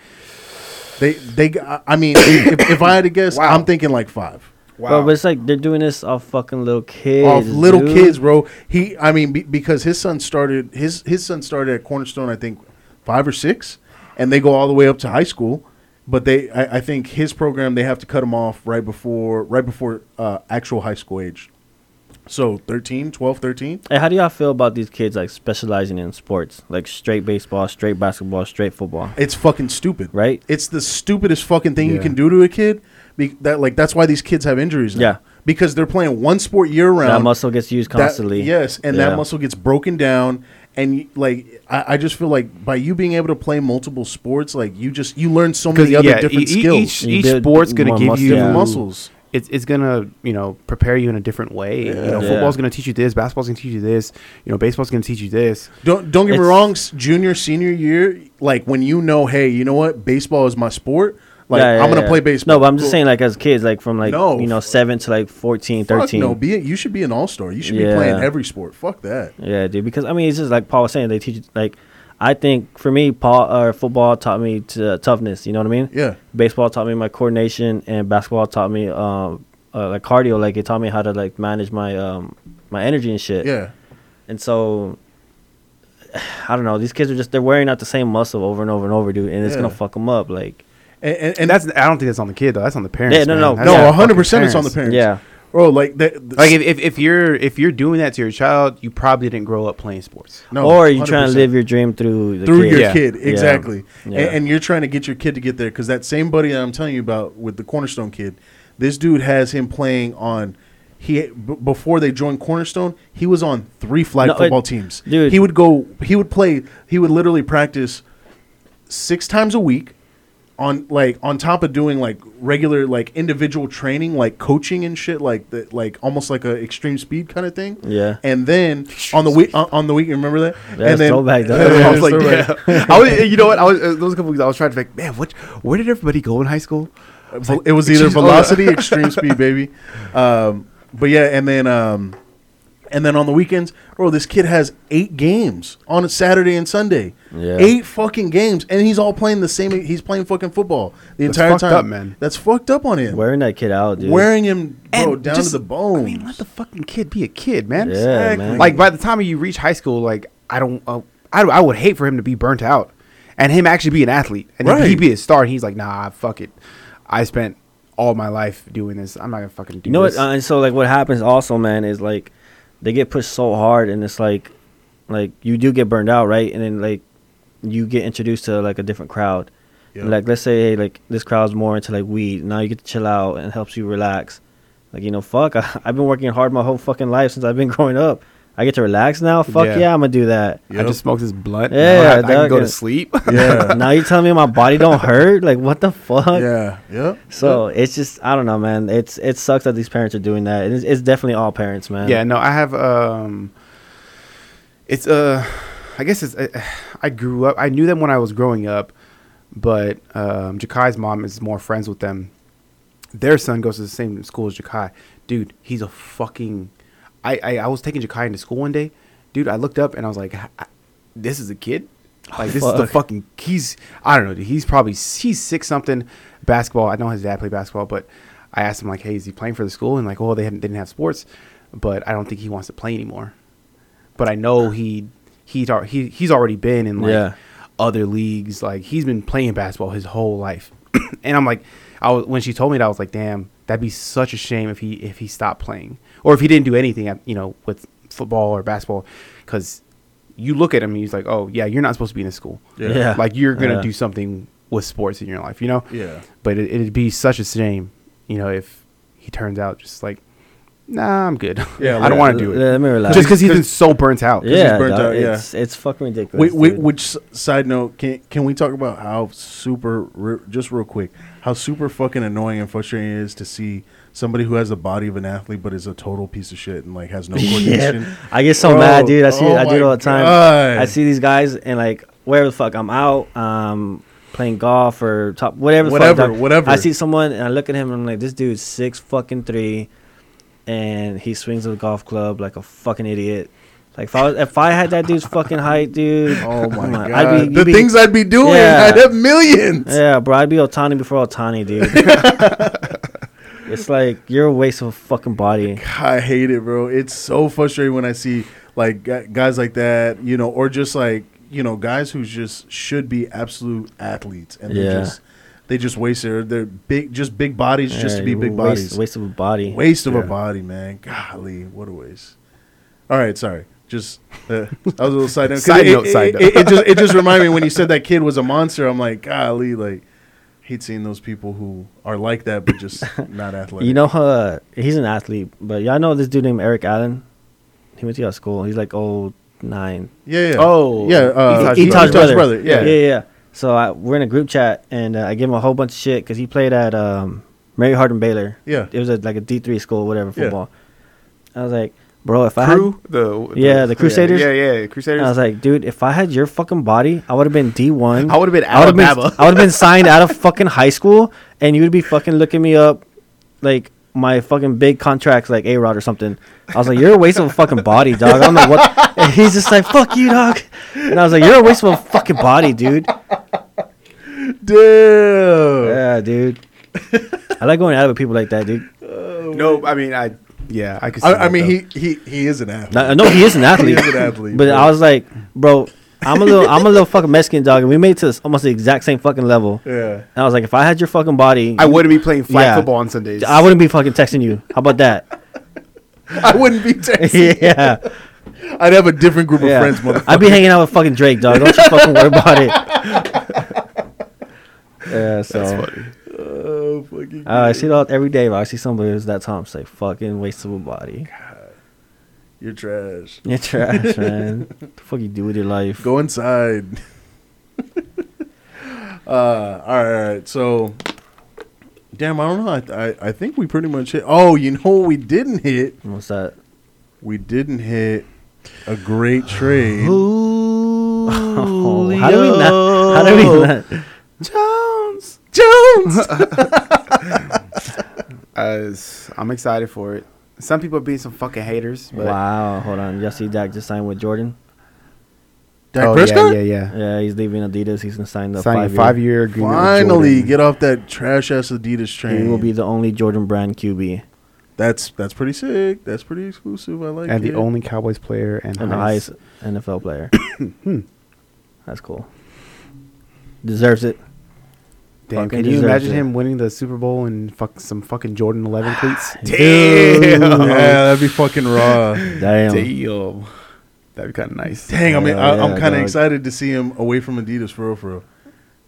They, they. g- I mean, if, if I had to guess, I'm thinking like five.
Bro, but it's like they're doing this off fucking little kids.
off little
dude.
kids, bro. He, I mean, be, because his son started his his son started at Cornerstone, I think five or six, and they go all the way up to high school. But they, I, I think his program, they have to cut him off right before right before uh, actual high school age. So 13, 12, 13.
Hey, how do y'all feel about these kids like specializing in sports, like straight baseball, straight basketball, straight football?
It's fucking stupid,
Right.
It's the stupidest fucking thing you
Yeah.
can do to a kid. Be, that like that's why these kids have injuries. Now.
Yeah.
because they're playing one sport year round.
That muscle gets used
um, that-
constantly.
yes, and
Yeah.
that muscle gets broken down. And y- like, I, I just feel like by you being able to play multiple sports, like you just you learn so
because
many other
e,
different skills,
e, each,
You
each
build
sport's gonna
more
give
muscle.
you
Different
muscles.
It's it's gonna you know prepare you in a different way. You know,
Yeah.
football's gonna teach you this, basketball's gonna teach you this, you know, baseball's gonna teach you this.
Don't don't get me
It's-
wrong. s- Junior senior year, like when you know, hey, you know what, baseball is my sport. Like
Yeah, yeah,
I'm gonna
yeah.
play baseball.
No, but I'm just
Cool.
saying, like, as kids, like, from like,
No,
you know,
fuck-
seven to like 14,
Fuck
13.
no, be it. You should be an all star. You should be
Yeah.
playing every sport. Fuck that.
Yeah, dude. Because I mean, it's just like Paul was saying. They teach you like, I think for me, Paul or football taught me to uh, toughness. You know what I mean?
Yeah.
Baseball taught me my coordination, and basketball taught me um uh, like cardio. Like it taught me how to like manage my um my energy and shit.
Yeah,
And so, I don't know. These kids are just they're wearing out the same muscle over and over and over, dude. And it's gonna
Yeah.
fuck them up. Like
and and,
And
and
that's I don't think that's on the kid though. That's on the parents.
Yeah, no,
man.
no,
That's
no,
on
no,
the
hundred
fucking
percent. It's on the
parents.
parents.
yeah.
bro. Like that.
Like if, if, if you're if you're doing that to your child, you probably didn't grow up playing sports.
no,
or you trying to
100%.
live your dream through the
through
kid.
your
Yeah.
kid
Yeah.
exactly
Yeah.
And, and you're trying to get your kid to get there because that same buddy that i'm telling you about with the cornerstone kid this dude has him playing on he b- before they joined cornerstone he was on three flag
No, it-
football teams
dude.
he would go he would play he would literally practice six times a week on like on top of doing like regular like individual training like coaching and shit like that like almost like a extreme speed kind of thing
Yeah.
and then on the week on, on the week you remember that and then
throwback, though.
I was
it's
like,
throwback.
yeah. I was, you know what? I was uh, those couple weeks. I was trying to think, man, what? Where did everybody go in high school? I
Vel- it was
like,
either
"Jeez, oh,
velocity, extreme speed, baby. Um, but yeah, and then um, and then on the weekends, bro, this kid has eight games on a Saturday and Sunday.
Yeah.
Eight fucking games, and he's all playing the same. He's playing fucking football the
That's
entire
fucked
time.
up, man.
That's fucked up on him.
Wearing that kid out, dude.
Wearing him, bro,
And
down
just-
to the bone.
I mean, let the fucking kid be a kid, man.
Yeah, man.
Like by the time you reach high school, like I don't, uh, I I would hate for him to be burnt out. and him actually be an athlete and then
Right.
he'd be a star. And he's like, nah, fuck it. I spent all my life doing this. I'm not gonna fucking do
You know what?
this.
Uh, and so like what happens also, man, is like they get pushed so hard, and it's like like you do get burned out, right? And then like you get introduced to like a different crowd.
Yeah.
Like let's say hey, like this crowd's more into like weed. Now you get to chill out and it helps you relax. Like you know, fuck, I, have been working hard my whole fucking life since I've been growing up. I get to relax now. Fuck
Yeah.
yeah, I'm gonna do that.
I
Yep.
just smoked this blunt.
Yeah,
Yeah, I, I can
dog,
go
yeah.
to sleep.
yeah,
now you telling me my body don't hurt? Like what the fuck?
yeah, yeah.
So it's just I don't know, man. It's it sucks that these parents are doing that. It's, it's definitely all parents, man.
Yeah, no, I have. um It's uh, I guess it's. Uh, I grew up. I knew them when I was growing up, but um Jakai's mom is more friends with them. Their son goes to the same school as Jakai. Dude, he's a fucking. I I, I was taking Jakai into school one day, dude. I looked up and I was like, "I- this is a kid. Like this is the
Fuck.
fucking he's I don't know dude, he's probably he's six something basketball I know his dad played basketball but I asked him like hey is he playing for the school and like oh they, hadn't, they didn't have sports but I don't think he wants to play anymore but I know he he's al- he, he's already been in like
Yeah.
other leagues like he's been playing basketball his whole life and I'm like I was, when she told me that I was like damn that'd be such a shame if he if he stopped playing or if he didn't do anything at- you know with football or basketball because you look at him and he's like, oh yeah, you're not supposed to be in this school.
Yeah.
Yeah.
Like you're gonna
Yeah.
do something with sports in your life, you know.
Yeah.
But it, it'd be such a shame, you know, if he turns out just like, nah, I'm good.
Yeah,
I don't
like-
want to do it
Let me relax.
just because he's been so burnt out.
yeah,
burnt
dog,
out, yeah.
It's, it's fucking
Wait,
ridiculous.
wait,
dude.
which s- side note can can we talk about how super re- just real quick how super fucking annoying and frustrating it is to see somebody who has the body of an athlete but is a total piece of shit and like has no coordination.
yeah, I get so
Bro,
mad, dude. I see,
oh
I do it all
my
the time.
God.
I see these guys and like wherever the fuck I'm out, um, playing golf or top whatever, the fuck,
Whatever,
dog.
whatever.
I see someone and I look at him and I'm like, this dude's six fucking three, and he swings a golf club like a fucking idiot. Like if I was, if I had that dude's fucking height, dude.
Oh my
come on,
god!
I'd be,
the
you'd be-
things I'd be doing,
Yeah.
I'd have millions.
Yeah, bro, I'd be Otani before Otani, dude. it's like you're a waste of a fucking body.
I hate it, bro. It's so frustrating when I see like gu- guys like that, you know, or just like you know guys who just should be absolute athletes and they
Yeah.
just they just waste their their big just big bodies just to
Yeah,
be big
waste,
bodies. Waste,
Waste of a body.
of a body, man. Golly, what a waste. All right, sorry. Just uh, that was a little side note. 'Cause
Side
it,
note,
it-
side
it- it just it just reminded me when you said that kid was a monster. I'm like, golly, like hate seeing those people who are like that but just not athletic.
You know, uh, he's an athlete, but y'all know this dude named Eric Allen. He went to your school. He's like oh nine.
Yeah, yeah.
Oh.
yeah. Uh,
Ittai's
Ittai's
brother.
Yeah.
yeah, yeah. So I, we're in a group chat, and uh, I gave him a whole bunch of shit because he played at um, Mary Hardin Baylor.
Yeah.
it was a, like a D three school, whatever
Yeah.
football. I was like, bro, if I had,
Crew the, the-
Yeah, the Crusaders.
Yeah, yeah, the Crusaders.
I was like, dude, if I had your fucking body, I would have been D one.
I would've been
I would have been,
Alabama.
I would have been signed out of fucking high school, and you'd be fucking looking me up, like my fucking big contracts, like A Rod or something. I was like, you're a waste of a fucking body, dog. I don't know what. And he's just like, fuck you, dog. And I was like, you're a waste of a fucking body, dude.
Dude.
Yeah, dude. I like going out with people like that, dude.
no, I mean, I yeah, I could. see
I, I
that,
mean,
though.
he, he he is an athlete.
No, no, he is an athlete.
He is an athlete,
But
bro.
I was like, bro, I'm a little, I'm a little fucking Mexican dog, and we made it to almost the exact same fucking level.
Yeah.
And I was like, if I had your fucking body,
I wouldn't be playing flag
Yeah.
football on Sundays.
I wouldn't be fucking texting you. How about that?
I wouldn't be texting.
yeah.
I'd have a different group
yeah.
of friends, motherfucker.
I'd be hanging out with fucking Drake, dog. Don't you fucking worry about it. Yeah, so
Oh, fucking
uh, I see it all every day. Bro. I see somebody who's that Tom say fucking waste of a body.
You're trash.
You're trash, man. What the fuck you do with your life?
Go inside. uh, all right, all right. So, damn, I don't know. I, I, I think we pretty much hit. Oh, you know what we didn't hit?
What's that?
We didn't hit a great trade.
Oh, how do we not? How do we not?
Jones.
Jones.
As I'm excited for it. Some people are being some fucking haters. But Oh,
Wow, hold on. Y'all see Dak just signed with Jordan?
Dak
Oh,
Prescott.
Yeah, yeah, yeah.
Yeah, he's leaving Adidas. He's gonna sign the
Signing a
five-year-
five-year agreement. with
Finally,
Jordan.
get off that trash ass Adidas train.
He will be the only Jordan Brand QB.
That's that's pretty sick. That's pretty exclusive. I like
and
it.
the only Cowboys player and
and the
highest-
highest NFL player. That's cool. deserves it.
Damn,
Fucking
can you
deserves
imagine
it.
him winning the Super Bowl in fuck some fucking Jordan 11 cleats?
Damn. that'd be fucking raw.
Damn.
Damn. That'd be kind of nice.
Dang, I mean,
Hell
I,
yeah,
I'm kind
dog.
of excited to see him away from Adidas for real, for real.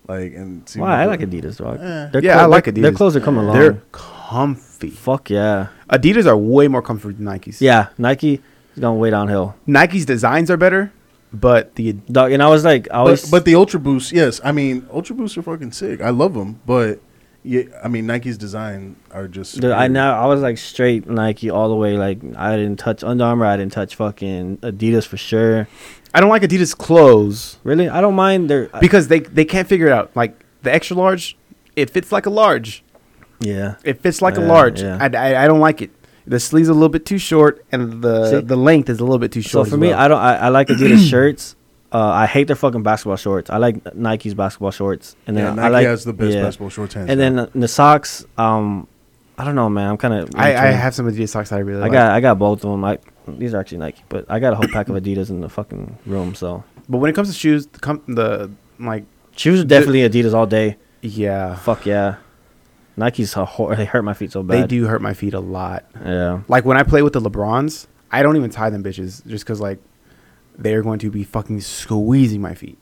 Like, and see
Why? I like Adidas, dog.
Eh.
Their
Yeah,
clo-
I like
their-
Adidas.
Their clothes are coming along.
They're comfy.
Fuck yeah.
Adidas are way more comfy than Nikes.
Yeah, Nike is going way downhill.
Nike's designs are better, but the
Dog, and I was like, I
But,
always.
but the Ultra Boost, yes, I mean, Ultra Boosts are fucking sick. I love them, but yeah, I mean, Nike's design are just.
Dude, I
superior.
now I was like straight Nike all the way. Like I didn't touch Under Armour. I didn't touch fucking Adidas for sure.
I don't like Adidas clothes
Really, I don't mind their I-
because they they can't figure it out. Like the extra large, it fits like a large.
yeah.
It fits like a
Yeah,
large.
yeah.
I, I, I don't like it. The sleeves a little bit too short, and the
See?
the length is a little bit too
So
short.
for me, I don't. I, I like Adidas shirts. Uh, I hate their fucking basketball shorts. I like Nike's basketball shorts, and then
Yeah, Nike
I like
has the best
yeah.
basketball shorts. hands
And
down.
then the, the socks. Um, I don't know, man. I'm kind of.
I, I have some Adidas socks I really
I
like.
got I got both of them. I, these are actually Nike, but I got a whole pack of Adidas in the fucking room. So
but when it comes to shoes, the, com- the like
shoes are definitely Adidas all day.
yeah,
Fuck yeah. Nikes are hor- they hurt my feet so
they
bad.
do hurt my feet a lot.
Yeah.
Like when I play with the LeBrons, I don't even tie them bitches just because like they're going to be fucking squeezing my feet.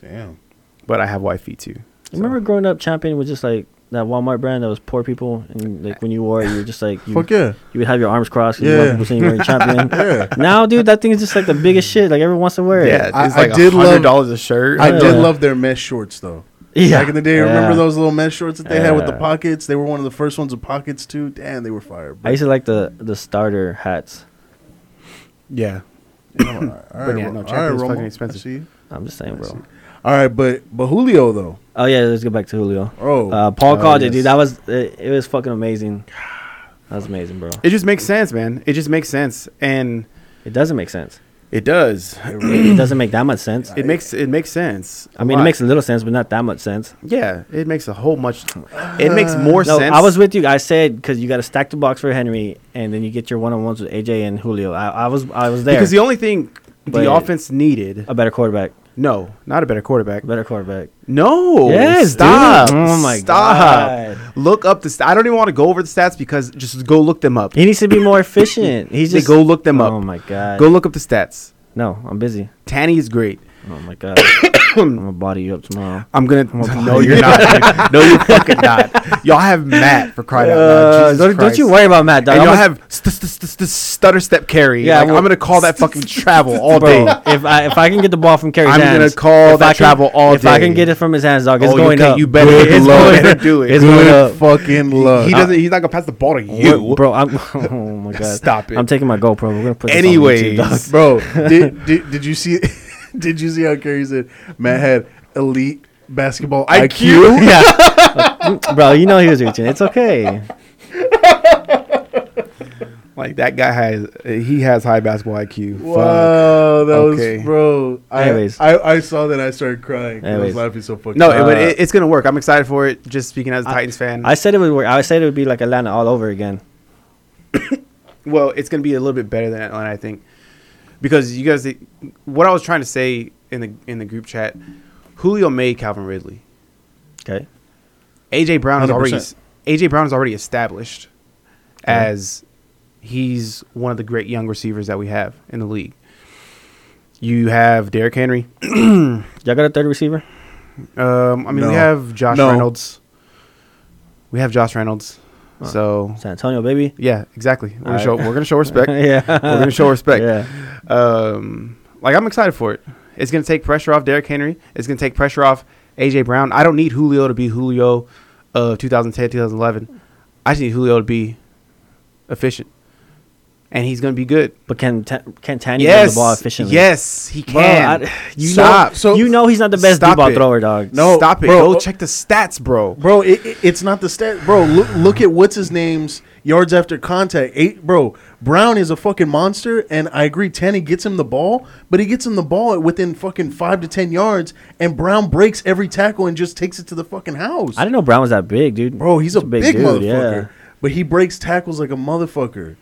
damn,
But I have white feet too.
Remember growing up, Champion was just like that Walmart brand that was poor people, and like when you wore it, you were just like you,
fuck yeah,
you would have your arms crossed. Yeah.
Yeah.
people saying you were Champion.
yeah.
Now, dude, that thing is just like the biggest shit. Like everyone wants to wear it.
Yeah,
I-
it's
I
like
did love-
hundred dollars a shirt.
I did
Yeah.
love their mesh shorts though.
Yeah.
Back in the day,
Yeah.
remember those little mesh shorts that they had with the
Yeah.
pockets? They were one of the first ones with pockets too. Damn, they were fire.
I used to like the the starter hats.
yeah,
all right, all
But
right,
yeah,
Ro-
no,
all right,
Champions
Romo,
fucking expensive.
I see you.
I'm just saying, bro.
All right, but but Julio though.
Oh yeah, let's go back to Julio.
Oh,
Uh, Paul
Oh,
called it,
yes.
dude. That was it, it. Was fucking amazing. That was amazing, bro.
it just makes sense, man. It just makes sense, and
It doesn't make sense.
it does.
it
It
really-
doesn't make that much sense.
It makes it makes sense.
I mean,
lot.
it makes a little sense, but not that much sense.
yeah, it makes a whole much. It makes more
Uh, No,
sense.
I was with you. I said because you got to stack the box for Henry, and then you get your one on ones with AJ and Julio. I, I was I was there.
because the only thing
But-
the offense needed.
a better quarterback,
No, not a better quarterback.
a better quarterback.
No.
Yes,
Stop.
dude. Oh my
Stop.
God.
Look up the. St- I don't even want to go over the stats because just go look them up.
He needs to be more efficient. He's
They
just
go look them
Oh
up.
my god.
Go look up the stats.
No, I'm busy.
Tanny is great.
Oh my god. I'm gonna body you up tomorrow.
I'm gonna. no, you're not. dude. No, you're fucking not. Y'all have Matt for crying out
Uh,
loud. Jesus
don't, don't
Christ.
you worry about Matt. Dog.
And
I'm
y'all
gonna-
have st- st- st- st- stutter step carry.
Yeah,
Yeah,
well-
I'm gonna call that fucking travel all
Bro,
day.
if I if I can get the ball from Kerry's
I'm
hands,
gonna call
if I
that
can-
travel all
If I can
day.
get it from his hands, dog, it's
Oh, you
going
can't-
up.
you better-
It's
you
going
better
up.
do it.
It's going
Good
up.
fucking luck.
uh, He doesn't. He's not gonna pass the ball to you.
What- bro. I'm, oh my god!
Stop it.
I'm taking my GoPro. We're gonna put.
Anyways.
this on YouTube, dog.
bro did, did did you see did you see how Kerry said matt had elite basketball iq,
IQ. Yeah.
bro, you know he was reaching. It's okay.
Like that guy has. He has high basketball IQ. Fuck.
wow that
Okay.
was bro I,
Anyways.
I i saw that i started crying 'cause i
Anyways.
was laughing so fucking
No,
hard.
it, but
Uh,
it, it's gonna work. I'm excited for it. Just speaking as a Titans fan,
I said it would work. I said it would be like Atlanta all over again.
well, it's gonna be a little bit better than Atlanta, I think, because you guys. What I was trying to say in the in the group chat, Julio made Calvin Ridley.
Okay.
AJ Brown is already
100%.
AJ Brown is already established as he's one of the great young receivers that we have in the league. You have Derrick Henry.
Y'all got a third receiver?
Um, I mean,
No.
we have Josh
No.
Reynolds. We have Josh Reynolds. So
San Antonio, baby.
yeah, exactly. We're gonna
Alright.
show we're gonna show respect.
yeah.
We're gonna show respect.
Yeah.
Um, like I'm excited for it. It's gonna take pressure off Derrick Henry. It's gonna take pressure off AJ Brown. I don't need Julio to be Julio of 2010, 2011. I just need Julio to be efficient, and he's gonna be good.
But can Ta- can Tanya
yes,
run the ball efficiently?
yes, he
Bro,
can.
I- you
Stop.
know, you know he's not the best deep
Stop
ball
it.
thrower, dog. oh.
No,
stop it.
bro.
Go check the stats, bro.
bro it, it- it's not the stat bro look, look at what's his name's yards after contact eight bro brown is a fucking monster and i agree tanny gets him the ball but he gets him the ball at within fucking five to ten yards and brown breaks every tackle and just takes it to the fucking house
I didn't know Brown was that big, dude.
bro he's a big,
dude,
motherfucker but he breaks tackles like a motherfucker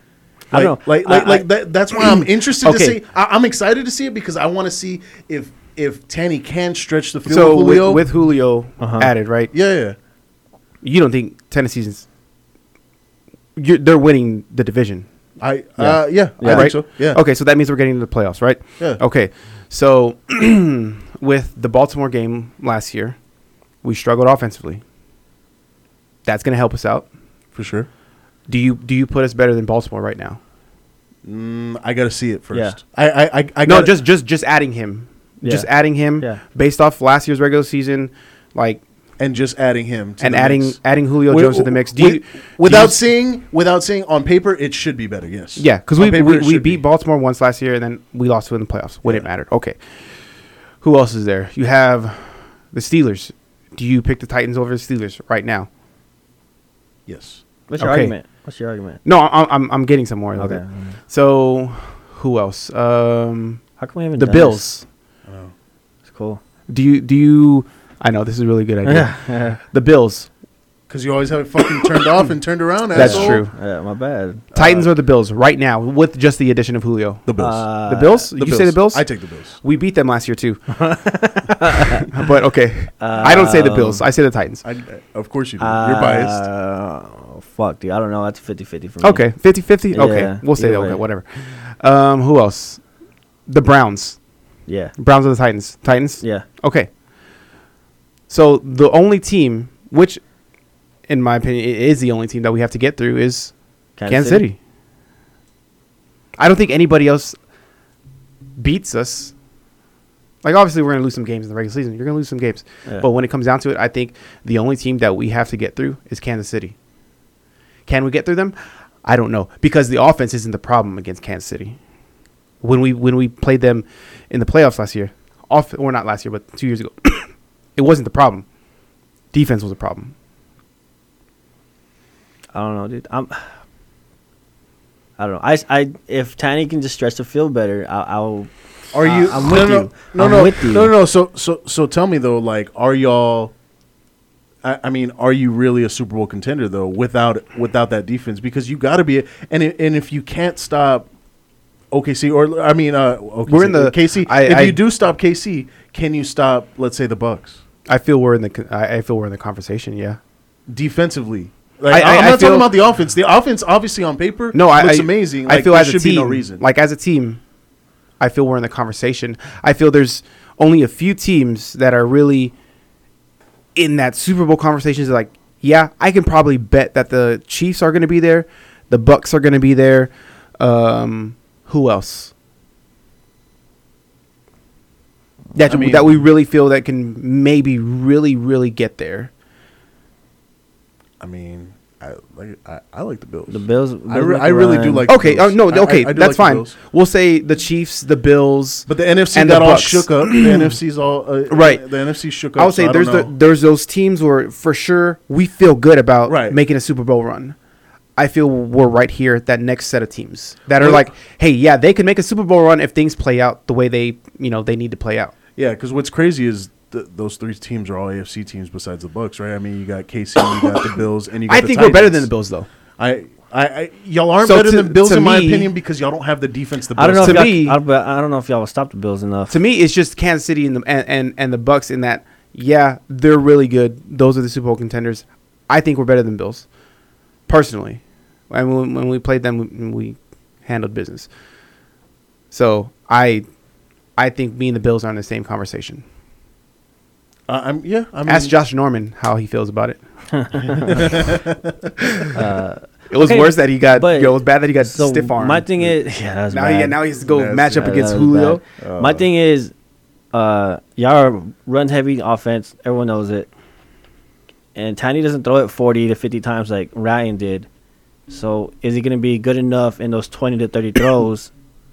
I
like,
don't know.
like, like,
I- I-
like that, that's why I'm interested
Okay.
to see. I, I'm excited to see it because I want to see if if Tanny can stretch the field,
So
with Julio,
with, with Julio
Uh-huh.
added, right?
yeah, yeah,
You don't think Tennessee's you're, they're winning the division?
I uh, yeah, I
right?
think so. Yeah,
Okay, so that means we're getting to the playoffs, right?
Yeah.
Okay, so with the Baltimore game last year, we struggled offensively. That's going to help us out.
for sure.
Do you do you put us better than Baltimore right now?
Mm, I gotta see it first.
Yeah.
I I I, I
no,
gotta-
just just just adding him, just
Yeah.
adding him
Yeah.
based off last year's regular season, like
and just adding him to
and
the
adding
mix.
adding Julio
Wi-
Jones to the mix. Do
wi-
you do
without
you-
seeing without seeing on paper it should be better. Yes.
Yeah, because
On
we,
paper,
we,
it
we
should
beat
be.
Baltimore once last year, and then we lost to it in the playoffs when it
Yeah.
mattered. Okay. Who else is there? You have the Steelers. Do you pick the Titans over the Steelers right now?
Yes.
What's your
Okay.
argument? What's your argument?
No, I'm I'm, I'm getting somewhere. with
Okay.
it. So, who else? Um,
How come we haven't
the
done
Bills.
this? It's cool.
Do you do you? I know this is a really good idea.
Yeah,
The Bills.
Because you always have it fucking turned off and turned around.
That's
asshole.
true.
yeah, my bad.
Titans or the Bills right now with just the addition of Julio.
The Bills.
Uh,
the Bills.
The
you say the Bills?
I take the Bills.
We beat them last year too. but okay, I don't say the Bills. I say the Titans.
I, of course you do. You're biased.
Uh, fuck, dude. I don't know. That's 50 50 for me.
Okay, 50 50? Okay,
Yeah,
we'll say
either
okay,
way.
whatever. Um, who else? The Browns.
Yeah.
Browns are the Titans. Titans?
Yeah.
Okay. So the only team, which in my opinion i- is the only team that we have to get through, is Kansas, City. I don't think anybody else beats us. Like, obviously, we're going to lose some games in the regular season. You're going to lose some games.
Yeah.
But when it comes down to it, I think the only team that we have to get through is Kansas City. Can we get through them? I don't know because the offense isn't the problem against Kansas City. When we when we played them in the playoffs last year, off or not last year, but two years ago, it wasn't the problem. Defense was a problem.
I don't know, dude. I'm. I don't know. I, I if Tiny can just stretch the field better, I, I'll.
Are
uh,
you?
I'm
no,
with
no,
you.
No,
I'm
no,
with you.
no, no, no. So, so, so, tell me though. Like, are y'all? I, I mean, are you really a Super Bowl contender though? Without without that defense, because you got to be. And i- and if you can't stop OKC, or I mean, uh, OKC,
We're in the-
KC.
I-
if
I-
you do stop KC, can you stop? Let's say the Bucks
I feel we're in the con- I, I feel we're in the conversation. Yeah.
defensively. Like,
I- I-
I, am
I
not
feel-
talking about the offense. The offense, obviously on paper,
No, I
looks
I-
amazing.
I
Like,
feel
there
as a team,
should be no reason.
like as a team, I feel we're in the conversation. I feel there's only a few teams that are really in that Super Bowl conversations. Like, yeah, I can probably bet that the Chiefs are going to be there, the Bucks are going to be there. Um, who else? That,
I mean-
that we really feel that can maybe really really get there.
I mean, I like I, I like the Bills.
The Bills.
I,
Bills
re-
make
I
a
really
run.
do like. the
Okay, uh,
Bills.
no,
I- I-
okay,
I do like
that's
the
fine.
Bills.
We'll say the Chiefs, the Bills,
But the NFC
And the
got all
Bucks.
shook up. The NFC 's all uh,
Right.
The NFC shook up.
I would
so
say
don't
there's the,
know.
there's those teams where for sure we feel good about
Right.
making a Super Bowl run. I feel we're right here at that next set of teams that are
Well-
like, hey, yeah, they can make a Super Bowl run if things play out the way they you know they need to play out.
yeah. Because what's crazy is th- those three teams are all AFC teams besides the Bucks, right? I mean, you got KC, you got the Bills, and you. got
I
the
think we're better than
Titans.
the Bills though.
I. I, I y'all aren't
So
better
to-
than Bills
to
in my
me-
opinion because y'all don't have the defense. The Bills
I don't know.
To
If y'all,
me-
I, don't- I don't know if y'all will stop the Bills enough.
To me, it's just Kansas City and the and, and, and the Bucks in that. Yeah, they're really good. Those are the Super Bowl contenders. I think we're better than Bills, personally. And when, when we played them, we, we handled business. So I, I think me and the Bills are in the same conversation.
Uh, I'm yeah. I
Mm.
mean,
Ask Josh Norman how he feels about it.
Uh,
It was
Okay,
worse that he got.
but-
yo, it was bad that he got
so
stiff arm.
my thing is, yeah, that's
now
bad.
he now he has to go
That's-
match up
Yeah,
against
that was
Julio.
bad. My thing is, uh, y'all are run heavy offense. Everyone knows it. And Tiny doesn't throw it 40 to 50 times like Ryan did. So is he going to be good enough in those 20 to 30 throws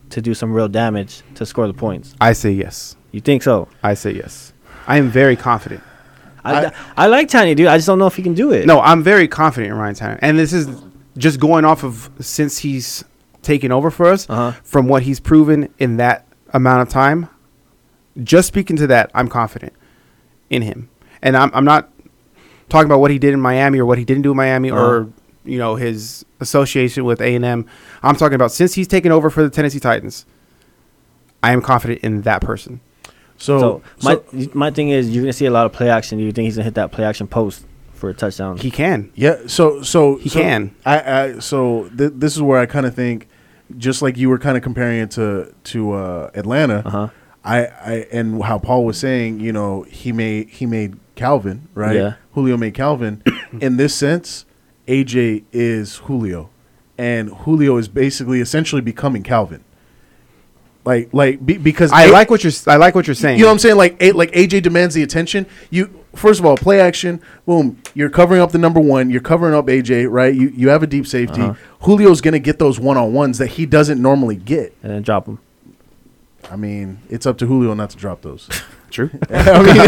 to do some real damage to score the points?
I say yes.
You think so?
I say yes. I am very confident.
I, I, like Tiny, dude. I just don't know if he can do it.
No, I'm very confident in Ryan Tannehill, and this is just going off of since he's taken over for us
Uh-huh.
from what he's proven in that amount of time. Just speaking to that, I'm confident in him, and I'm I'm not talking about what he did in Miami or what he didn't do in Miami
Uh-huh.
or you know his association with A and M. I'm talking about since he's taken over for the Tennessee Titans. I am confident in that person.
So,
so my
so-
my thing is, you're gonna see a lot of play action. Do you think he's gonna hit that play action post for a touchdown?
He can.
Yeah. So so
He
so
can.
I, I so th- this is where I kind of think, just like you were kind of comparing it to to uh, Atlanta.
Uh-huh.
I I and how Paul was saying, you know, he made he made Calvin right.
Yeah.
Julio made Calvin. In this sense, AJ is Julio, and Julio is basically essentially becoming Calvin. Like like be, because
I
A-
like what you're. s- I like what you're saying.
you know what I'm saying? Like, a, like AJ demands the attention. You first of all play action. Boom. You're covering up the number one. You're covering up AJ, right? You you have a deep safety.
Uh-huh.
Julio's gonna get those one on ones that he doesn't normally get.
and then drop him.
I mean, it's up to Julio not to drop those.
True.
I mean,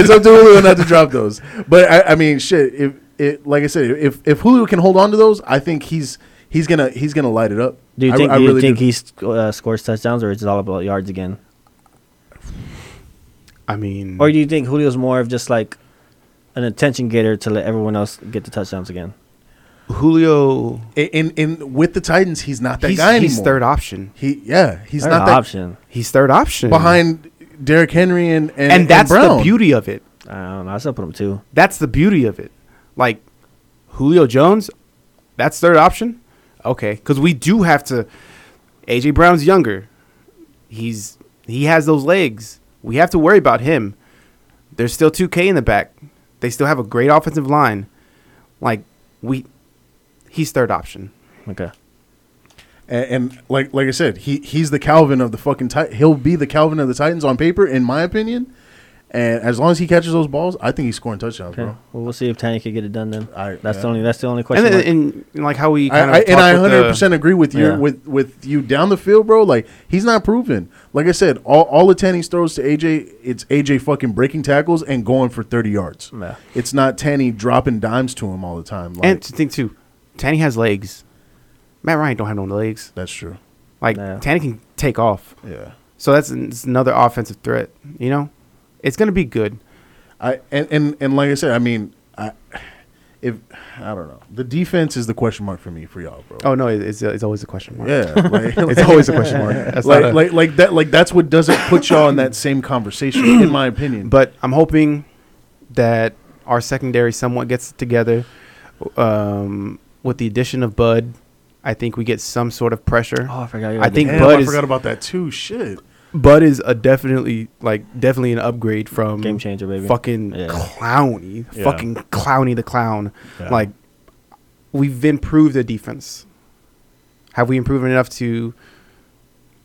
it's up to Julio not to drop those. But I, I mean, shit. If it, like I said, if if Julio can hold on to those, I think he's he's gonna he's gonna light it up.
Do you
I-
think?
I
do you
really
think
do.
he sc- uh, scores touchdowns, or is it all about yards again?
I mean,
Or do you think Julio's more of just like an attention getter to let everyone else get the touchdowns again?
Julio.
in, in in with the Titans? He's not that
He's,
guy anymore.
he's third option.
He yeah, he's
That's
not
an
that
option.
He's third option
behind Derrick Henry and and,
and that's
Brown.
the beauty of it.
I don't know. I still put him two.
That's the beauty of it. Like Julio Jones, that's third option. Okay, because we do have to. AJ Brown's younger. He's he has those legs. We have to worry about him. There's still 2K in the back. They still have a great offensive line. Like we, he's third option.
Okay.
And, and like like I said, he he's the Calvin of the fucking. Ti- he'll be the Calvin of the Titans on paper, in my opinion. And as long as he catches those balls, I think he's scoring touchdowns,
Okay.
bro.
Well, we'll see if Tanya can get it done then.
I-
that's the
yeah.
only. That's the only
And,
question.
then
mark.
and, like how we
I,
kind
I-
of
and I
hundred
100 percent agree with your
Yeah.
with with you down the field, bro. Like he's not proven. Like I said, all all the Tanny's throws to AJ, it's AJ fucking breaking tackles and going for 30 yards.
Yeah.
It's not Tanny dropping dimes to him all the time. Like,
And to think too, Tanny has legs. Matt Ryan don't have no legs.
that's true.
Like
No.
Tanny can take off.
Yeah.
So that's an- it's another offensive threat. You know, it's gonna be good.
I and, and and like I said, I mean, I if I don't know, the defense is the question mark for me for y'all, bro.
Oh no, it- it's it's always a question mark.
yeah, like,
it's always a question mark. That's
like,
not a-
like like that like that's what doesn't put y'all in that same conversation, in my opinion.
but I'm hoping that our secondary somewhat gets it together. Um, with the addition of Bud, I think we get some sort of pressure.
oh, I forgot. you
I think
Damn,
Bud
I
is
forgot about that too. Shit,
Bud is a definitely like definitely an upgrade from
Game changer, baby.
Fucking
Yeah.
clowny,
Yeah.
fucking clowny the clown.
Yeah.
Like we've improved the defense. Have we improved enough to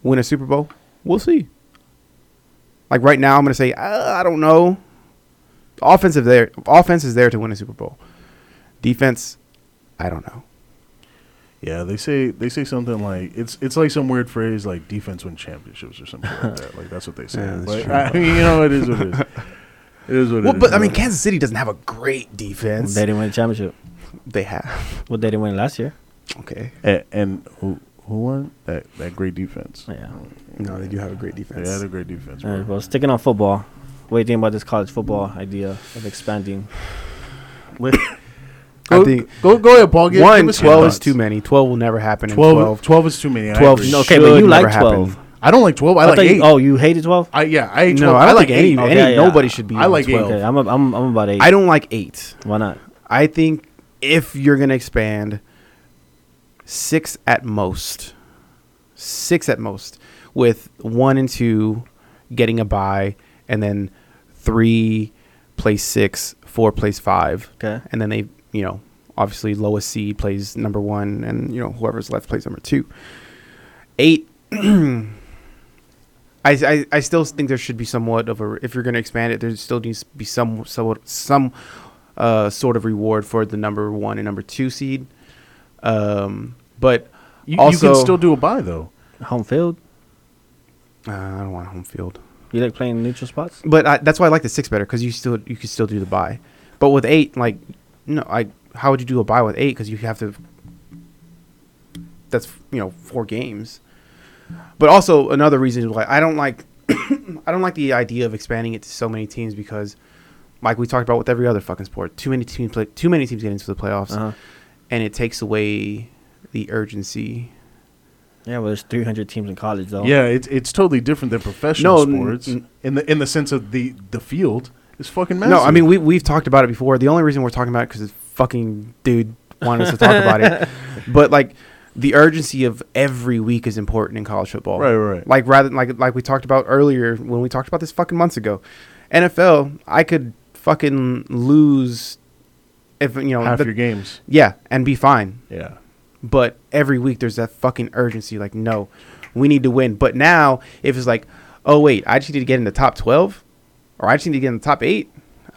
win a Super Bowl? We'll see. Like right now, I'm gonna say uh, I don't know. Offense is there. Offense is there to win a Super Bowl. Defense, I don't know.
yeah, they say they say something like it's it's like some weird phrase like defense win championships or something like that. Like that's what they say.
Yeah, that's
but
true.
I mean, you know, it is what it is. It is what
Well,
it is.
but I mean,
bro.
Kansas City doesn't have a great defense.
they
They,
didn't win the championship.
have.
Well, they didn't win last year.
Okay.
and, and who who won that that great defense?
Yeah.
No, they do have a great
They
defense.
had a great defense.
All
Bro.
right. Well, sticking on football. What do you think about this college football idea of expanding?
I
Go,
think
go go ahead, Paul. Give,
one
give us your
12 is
thoughts.
too many. 12 will never happen.
12,
12, 12,
12 is too many. I
12
agree.
no,
okay, but
should
you like
never happen.
12.
I don't like twelve. I,
I
like
thought you-
eight.
oh, you hated 12?
I yeah, I hate
No,
twelve.
I don't
like
think any,
eight.
any
Okay, yeah.
nobody should be.
I
in
like eight.
12.
Okay, I'm, a, I'm, I'm about eight.
I don't like eight.
Why not?
I think if you're gonna expand, six at most, six at most, with one and two getting a bye, and then three plays six, four plays five,
Okay.
and then they, you know, obviously lowest seed plays number one, and you know whoever's left plays number two. Eight. I, I, I still think there should be somewhat of a if you're going to expand it there still needs to be some somewhat some uh, sort of reward for the number one and number two seed um, but
You,
also
you can still do a buy though.
Home field?
uh, I don't want home field
You like playing neutral spots?
but I, that's why I like the six better because you still you can still do the buy but with eight like no I how would you do a buy with eight because you have to that's you know four games but also another reason is like I don't like I don't like the idea of expanding it to so many teams because like we talked about with every other fucking sport too many teams play too many teams get into the playoffs
Uh-huh.
and it takes away the urgency
Yeah, well, there's 300 teams in college though.
Yeah, it's it's totally different than professional
No, n-
sports
n-
in the in the sense of the the field is fucking massive.
No, I mean we we've talked about it before. The only reason we're talking about it because fucking dude wanted us to talk about it. But like the urgency of every week is important in college football.
Right, right, right.
Like rather than like like we talked about earlier when we talked about this fucking months ago, NFL I could fucking lose if you know
half
the-
your games.
yeah and be fine.
Yeah,
But every week there's that fucking urgency. Like, no, we need to win. But now, if it's like, oh wait, I just need to get in the top twelve, or I just need to get in the top eight.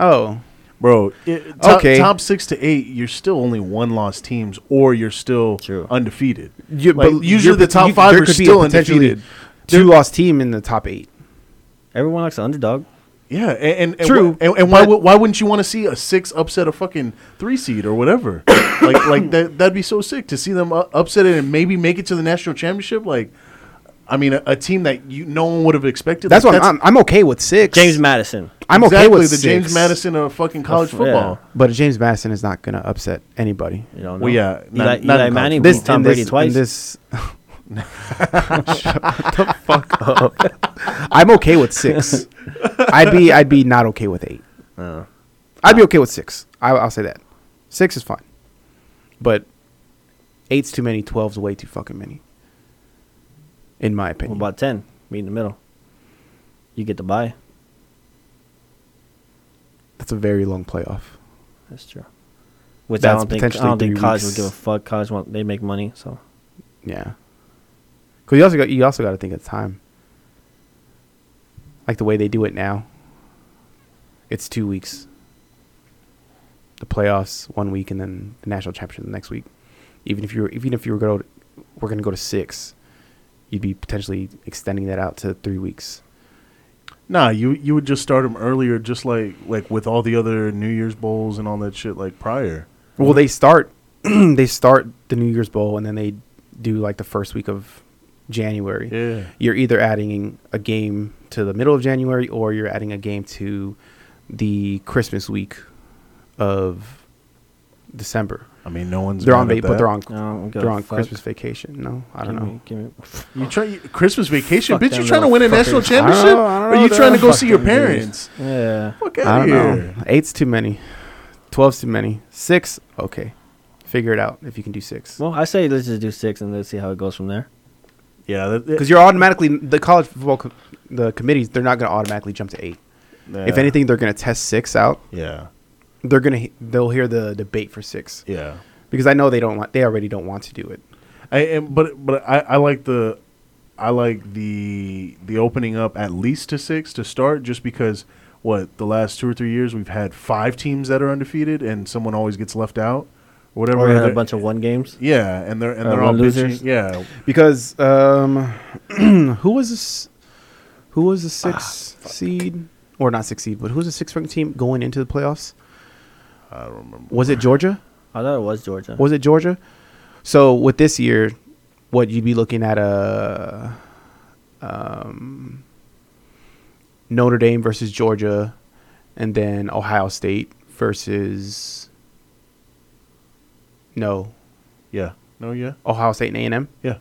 Oh,
bro. It, top,
Okay.
top six to eight, you're still only one loss teams, or you're still
True.
undefeated.
you,
Like, usually
you're-
the top
you-
five
there
are
could be a
still
potentially
undefeated.
Two lost team in the top eight.
Everyone likes an underdog.
Yeah, and, and and
True,
wh- and, and why would- why wouldn't you want to see a six upset a fucking three seed or whatever? like like that that'd be so sick to see them u- upset it and maybe make it to the national championship. Like, I mean, a, a team that you no one would have expected.
That's
like,
what I'm, I'm. okay with six.
James Madison.
I'm okay
exactly
with
the
six,
James Madison of fucking college
yeah.
football.
but a James Madison is not gonna upset anybody.
You don't know.
Well, yeah, not-
Eli,
not in
Eli
college
Manning
This
beat Tom
and
Brady
this,
twice.
and this. Shut the fuck up. I'm okay with six. I'd be I'd be not okay with eight.
Oh.
I'd be okay with six. I, I'll say that. Six is fine, but eight's too many. Twelve's way too fucking many. In my
What
opinion,
about 10? Meet in the middle. You get to buy.
that's a very long playoff.
That's true. Which I
That's
don't think I
potentially
don't think
three
college would
weeks.
give a fuck. College want they make money, so
Yeah, because you also got you also got to think of time. Like the way they do it now, it's two weeks. The playoffs one week, and then the national championship the next week. Even if you were, even if you were going, to, we're going to go to six, you'd be potentially extending that out to three weeks.
Nah, you you would just start them earlier, just like like with all the other New Year's bowls and all that shit, like prior.
Well, they start they start the New Year's Bowl and then they do like the first week of January.
Yeah.
You're either adding a game to the middle of January or you're adding a game to the Christmas week of December.
I mean, no one's
They're
mad
on
at
they, but they're on
I don't give
they're
a
on
fuck.
Christmas vacation. No, I don't
give
know.
Me, give me,
that. You try Christmas vacation,
Fuck
bitch.
them
You trying to win a national
motherfuckers.
I
championship?
don't know, I don't
or
know,
you
they're
trying to go
fuck
see your
them dudes.
parents?
yeah.
Fuck
I
out
don't
of
know.
here.
Eight's too many. Twove's too many. Six, okay. Figure it out if you can do six.
Well, I say let's just do six and let's see how it goes from there.
Yeah, that-
Because you're automatically the college football co- the committees. They're not going to automatically jump to eight.
yeah,
If anything, they're going to test six out.
yeah,
They're going to they'll hear the debate for six
yeah.
because I know they don't want they already don't want to do it.
I and, but but I, I like the I like the the opening up at least to six to start just because what the last two or three years we've had five teams that are undefeated and someone always gets left out or whatever.
Or we had a
They're-
bunch of one games.
yeah, and they're and
Uh,
they're all
one losers.
bitching. Yeah,
Because um, who was this? Who was the six
Ah,
seed or not six seed? But who was the six ranked team going into the playoffs?
I don't remember.
Was it Georgia?
I thought it was Georgia.
Was it Georgia? So with this year, what you'd be looking at a um, Notre Dame versus Georgia, and then Ohio State versus no
Yeah, no, yeah,
Ohio State and A and M
yeah.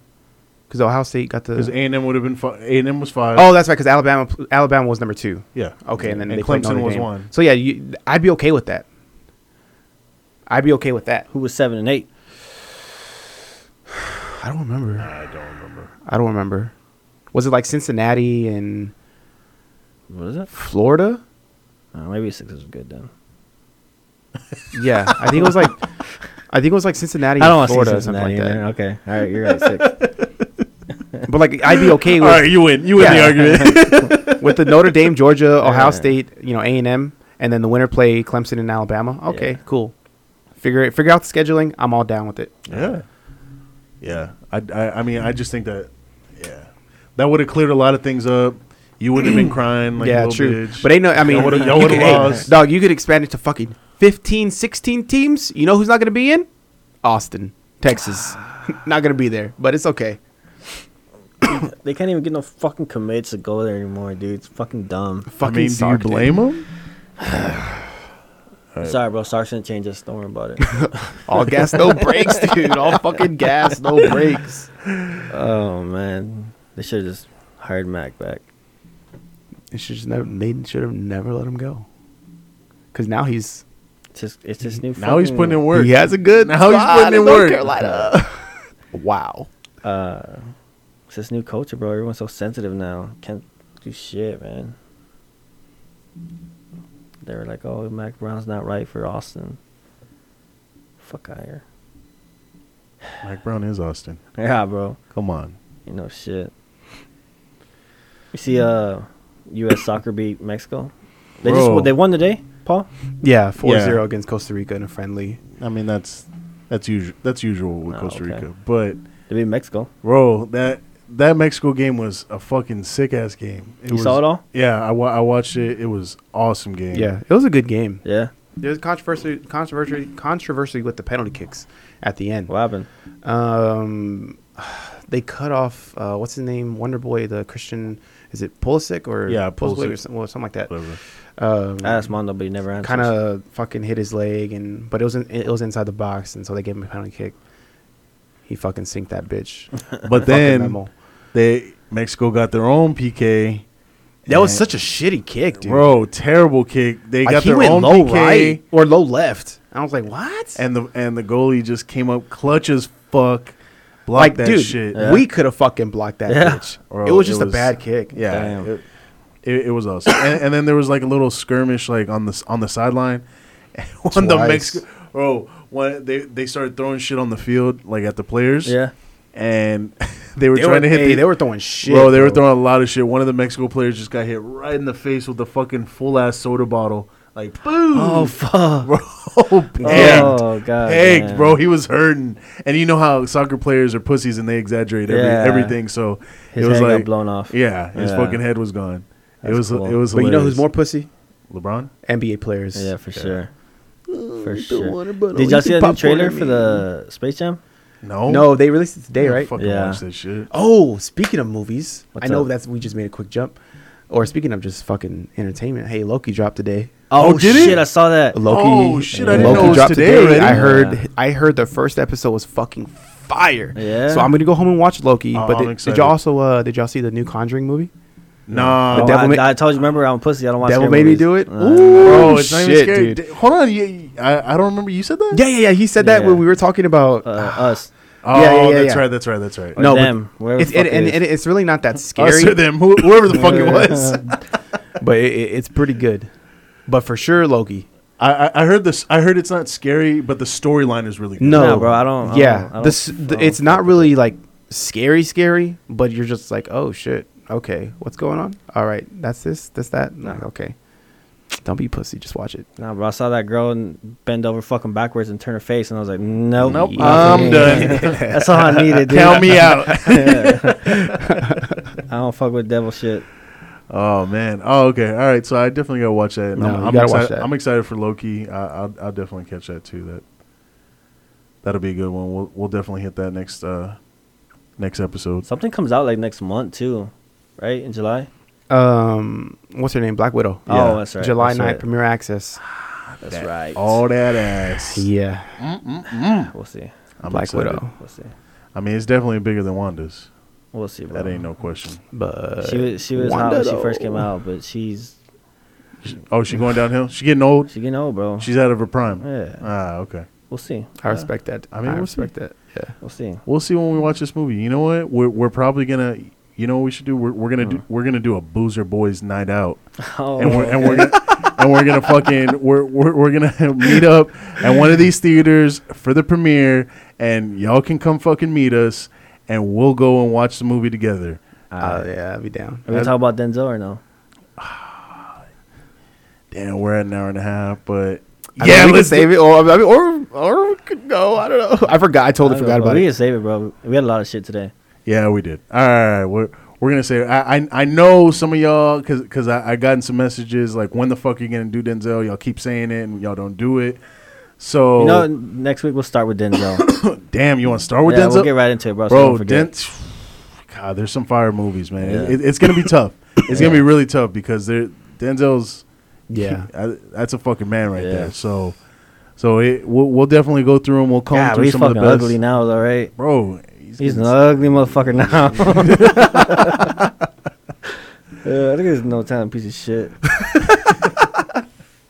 because Ohio State got
Because
the
A and M would have been A and M was five.
oh that's right because Alabama Alabama was number two
yeah.
okay and then
and
they played
Clemson
Notre
was
Dame.
one.
so yeah you, I'd be okay with that I'd be okay with that
Who was seven and eight?
I don't remember
I don't remember.
I don't remember. Was it like Cincinnati and
What is it?
Florida?
Uh, maybe six is good then.
Yeah, I think it was like I think it was like Cincinnati
I don't
and
want to
Florida
see
or something
Cincinnati
like
in there.
that.
Okay, all right, you're right. Six.
But like I'd be okay
All
with
right, you win. You win
Yeah.
the argument.
with the Notre Dame, Georgia, Ohio
Yeah.
State, you know, A and M, and then the winner play Clemson and Alabama. Okay,
Yeah.
cool. Figure it, figure out the scheduling. I'm all down with it.
Yeah. Yeah. I, I, I mean, I just think that, yeah. That would have cleared a lot of things up. You wouldn't have been crying like a
yeah,
little
true.
bitch.
But ain't no, I mean,
Y'all would've-
you
y'all would've
could- hey,
lost.
dog, you could expand it to fucking 15, 16 teams. You know who's not going to be in? Austin, Texas. not going to be there, but it's okay.
they can't even get no fucking commits to go there anymore, dude. It's fucking dumb.
I
Fucking
mean, do you
Sark, dude.
blame them? All right.
Sorry, bro. Sarson changes. Don't worry about it.
All gas, no brakes, dude. All fucking gas, no brakes.
oh man, they should have just hired Mac back.
It should just never. They should have never let him go. Because now he's
It's just it's his new.
Now he's
fucking-
putting in work.
he has a good.
Now he's
squad
putting in
North
work.
Carolina. wow.
Uh, it's this new culture, bro. Everyone's so sensitive now. Can't do shit, man. They were like, "Oh, Mac Brown's not right for Austin." Fuck out here.
Mike Brown is Austin.
Yeah, bro.
Come on.
You know shit. You see, uh, U.S. soccer beat Mexico. They just
Bro.
what, they won today, Paul.
Yeah, 4-0 against Costa Rica in a friendly.
I mean that's that's usual that's usual with
Oh,
Costa
okay.
Rica. But
They beat Mexico.
bro, that that Mexico game was a fucking sick ass game.
You saw it all?
Yeah, I, wa- I watched it. It was awesome game.
Yeah, it was a good game.
Yeah.
There's controversy, controversy, controversy with the penalty kicks at the end.
What happened?
Um, they cut off uh, what's his name, Wonder Boy, the Christian. Is it Pulisic or
Yeah,
Pulisic or
Pulisic.
some- well, something like that?
Whatever.
Um,
I asked Mondo, but he never answered.
kind of fucking hit his leg, and but it was in, it was inside the box, and so they gave him a penalty kick. He fucking sinked that bitch.
But then
memo.
they Mexico got their own PK.
That was
and-
such a shitty kick, dude.
bro, terrible kick. They
like
got
he
their
went
own
low
PK,
right or low left. I was like, what?
and the and the goalie just came up clutch as fuck, blocked
like,
that
dude,
shit.
we could have fucking blocked that
Yeah.
bitch.
Bro,
it was
it
just a
was-
bad kick.
Yeah,
Damn.
it, it, it was awesome. and, and then there was like a little skirmish like on the s- on the sideline. on the
Twice.
Mexico, bro, when they they started throwing shit on the field like at the players.
Yeah.
and they were
They
trying
were,
to hit.
hey,
the,
they were throwing shit.
bro, they were throwing a lot of shit. One of the Mexico players just got hit right in the face with the fucking full ass soda bottle. Like boom,
Oh fuck.
bro, pegged.
Oh god.
pegged,
man.
bro. He was hurting, and you know how soccer players are pussies and they exaggerate every,
Yeah.
everything. So
His
it was
head
like
got blown off.
Yeah, his
Yeah.
fucking head was gone. it
That's
was
cool.
it was.
But you know who's
hilarious.
more pussy?
LeBron?
NBA players.
Yeah, for sure. For sure.
Did
Did y'all see that new trailer for the Space Jam?
No,
No, they released it today,
I
right?
Fucking
Yeah.
watch that shit.
Oh, speaking of movies,
What's
I know
up?
that's we just made a quick jump. Or speaking of just fucking entertainment, hey, Loki dropped today.
Oh, did it?
shit! I saw that.
Loki.
Oh, shit,
I didn't know it was
dropped
today already.
I heard.
Yeah.
I heard the first episode was fucking fire.
Yeah.
So I'm gonna go home and watch Loki.
Oh,
but
I'm
did, did
excited.
y'all also? Uh, did y'all see the new Conjuring movie?
Nah,
Oh,
The devil
I,
ma-
I told you, remember I'm a pussy. I don't watch.
Devil
scary
made me
movies.
do it.
Uh,
bro,
Ooh,
it's not even
shit,
scary.
dude.
D- Hold on, you, I I don't remember. You said that?
Yeah, yeah, yeah. He said that
Yeah.
when we were talking about.
uh, us.
Oh,
Yeah, yeah, yeah,
that's
yeah.
right. That's right. That's right.
Or
No, but
them. wherever
it's,
the
and,
fuck
and,
is.
and it's really not that scary,
Us or them, who- whoever the fuck it was.
but it, it- it's pretty good. But for sure, Loki.
I, I- I heard this. I heard it's not scary, but the storyline is really good.
No,
Nah, bro, I don't- I
yeah,
don't- I don't-
this
I
the,
don't
it's
fuck
not
with
really like scary, scary, but you're just like, oh shit, okay, what's going on? All right, that's this, that's that. I'm Like, okay, don't be pussy, just watch it.
Nah, bro, I saw that girl and bend over fucking backwards and turn her face, and I was like, nope.
Nope,
Nah,
I'm
yeah.
done.
That's all I needed, dude.
Count me out.
I don't fuck with devil shit.
Oh man. Oh okay. All right. So I definitely gotta watch that. and
No,
I'm,
you
I'm
gotta watch
excited,
that.
I'm excited for Loki. I, I'll, I'll definitely catch that too. That that'll be a good one. We'll we'll definitely hit that next uh next episode.
Something comes out like next month too, right? In July.
Um, what's her name? Black Widow.
Oh, that's right.
July
that's
9th,
right.
premiere access.
That's right.
All that ass.
Yeah,
We'll see.
I'm
Black
excited.
Widow.
We'll see.
I mean, it's definitely bigger than Wanda's.
We'll see. Bro.
That ain't no question.
But
She was she was hot
Wanda,
when she first
though.
came out, but she's
Oh, she going downhill. She getting old.
she getting old, bro.
She's out of her prime.
Yeah.
Ah, okay.
we'll see.
I respect that. I
I
mean,
mean,
I
we'll
respect that. Yeah.
We'll see.
We'll see when we watch this movie. You know what? We're we're probably gonna. You know what we should do? We're, we're gonna do we're gonna do a boozer boys night out,
Oh,
and we're and we're gonna, and we're gonna fucking we're we're, we're gonna meet up at one of these theaters for the premiere, and y'all can come fucking meet us, and we'll go and watch the movie together.
Uh, yeah, I'd be down.
Are we talking about Denzel or no?
Damn, we're at an hour and a half, but
I mean, we could save it, or I mean, or or we could go. I don't know. I forgot. I totally forgot about
we
it.
can save it, bro. We had a lot of shit today.
Yeah, we did. All right, we're we're gonna say I I, I know some of y'all because because I, I gotten some messages like when the fuck are you gonna do Denzel? Y'all keep saying it and y'all don't do it. So
You know, next week we'll start with Denzel.
damn, you want to start with
yeah,
Denzel?
we'll get right into it, bro. so
Bro,
don't forget.
Den- God, there's some fire movies, man.
Yeah.
It, it's gonna be tough. It's gonna be really tough because there Denzel's
Yeah.
I, that's a fucking man right
Yeah.
there. So, so it, we'll, we'll definitely go through and we'll comb
God, but
through
he's
some of
fucking
the best.
ugly now, all right.
Bro,
He's an
getting-
ugly motherfucker now. yeah, I think it's no time piece of shit.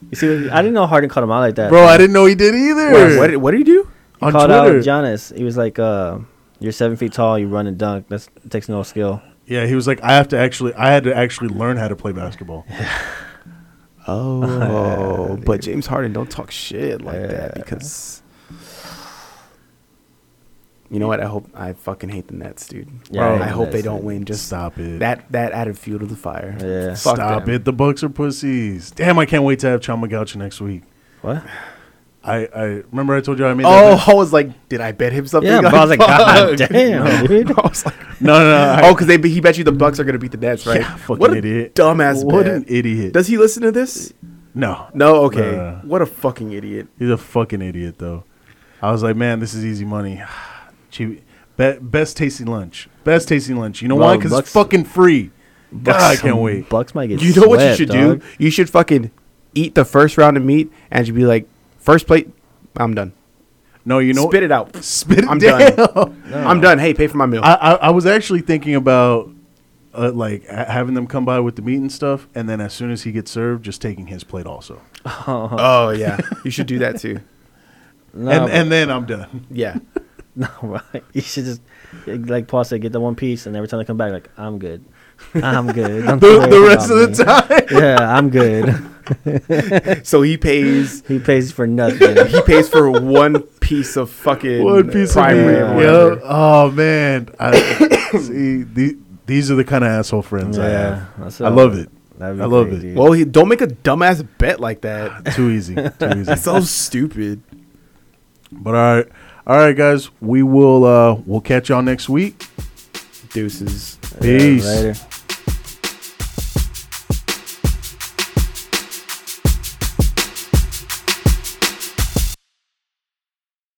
you see, what- I didn't know Harden called him out like that.
Bro, I didn't know he did either.
Wait, what, did, what do you do?
He
on
called
Twitter.
out Giannis. He was like, uh, "You're seven feet tall. You run and dunk. That's it takes no skill."
yeah, he was like, I have to actually, I had to actually learn how to play basketball.
Oh, but James Harden, don't talk shit like that because you know what? I hope I fucking hate the Nets, dude.
Yeah,
Bro,
I hate
I
the
hope they
Nets,
don't
dude.
win. Just
Stop it.
That that added fuel to the fire.
Yeah.
Fuck
Stop
them.
it. The Bucks are pussies. Damn, I can't wait to have Chama Gaucha next week.
What?
I, I remember I told you I made that
Oh, I was like, did I bet him something?
Yeah, bro, I was like, God
fuck.
damn, dude.
I was like,
bet? No, no, no. I-
oh, because they he bet you the Bucks are gonna beat the Nets, right?
Yeah, fucking
what a
idiot.
dumbass.
What
bet.
an idiot.
Does he listen to this?
no.
No. Okay.
No, no, no.
What a fucking idiot.
He's a fucking idiot, though. I was like, man, this is easy money. Cheap. Be- best tasting lunch. Best tasting lunch. You know
Bro,
why? 'Cause why? Because
Bucks-
it's fucking free. God, I can't wait.
Bucks might get.
You know what you
swept,
should
dog.
do? You should fucking eat the first round of meat and you be like, first plate, I'm done.
No, you know
Spit it out.
Spit it
I'm
down.
done. I'm done. Hey, pay for my meal.
I, I, I was actually thinking about uh, like ha- having them come by with the meat and stuff, and then as soon as he gets served, just taking his plate also.
oh yeah, you should do that too.
No,
and and then I'm done.
Yeah.
No, right. You should just, like Paul said, get the one piece, and every time they come back, like I'm good, I'm good. Don't
The,
worry
the
about
rest of the
me.
time.
Yeah, I'm good.
So he pays.
He pays for nothing.
He pays for one piece of fucking
One piece of
prime
meat.
rib or
yeah.
whatever.
Yep. Oh man. I, see, the, these are the kind of asshole friends I
Yeah,
have.
that's
I
all.
love it.
That'd be
I love
crazy.
it.
Well, he, don't make a dumbass bet like that.
Too easy. Too easy.
That's so stupid.
But all right, all right, guys. We will uh we'll catch y'all next week.
Deuces.
Peace.
Later.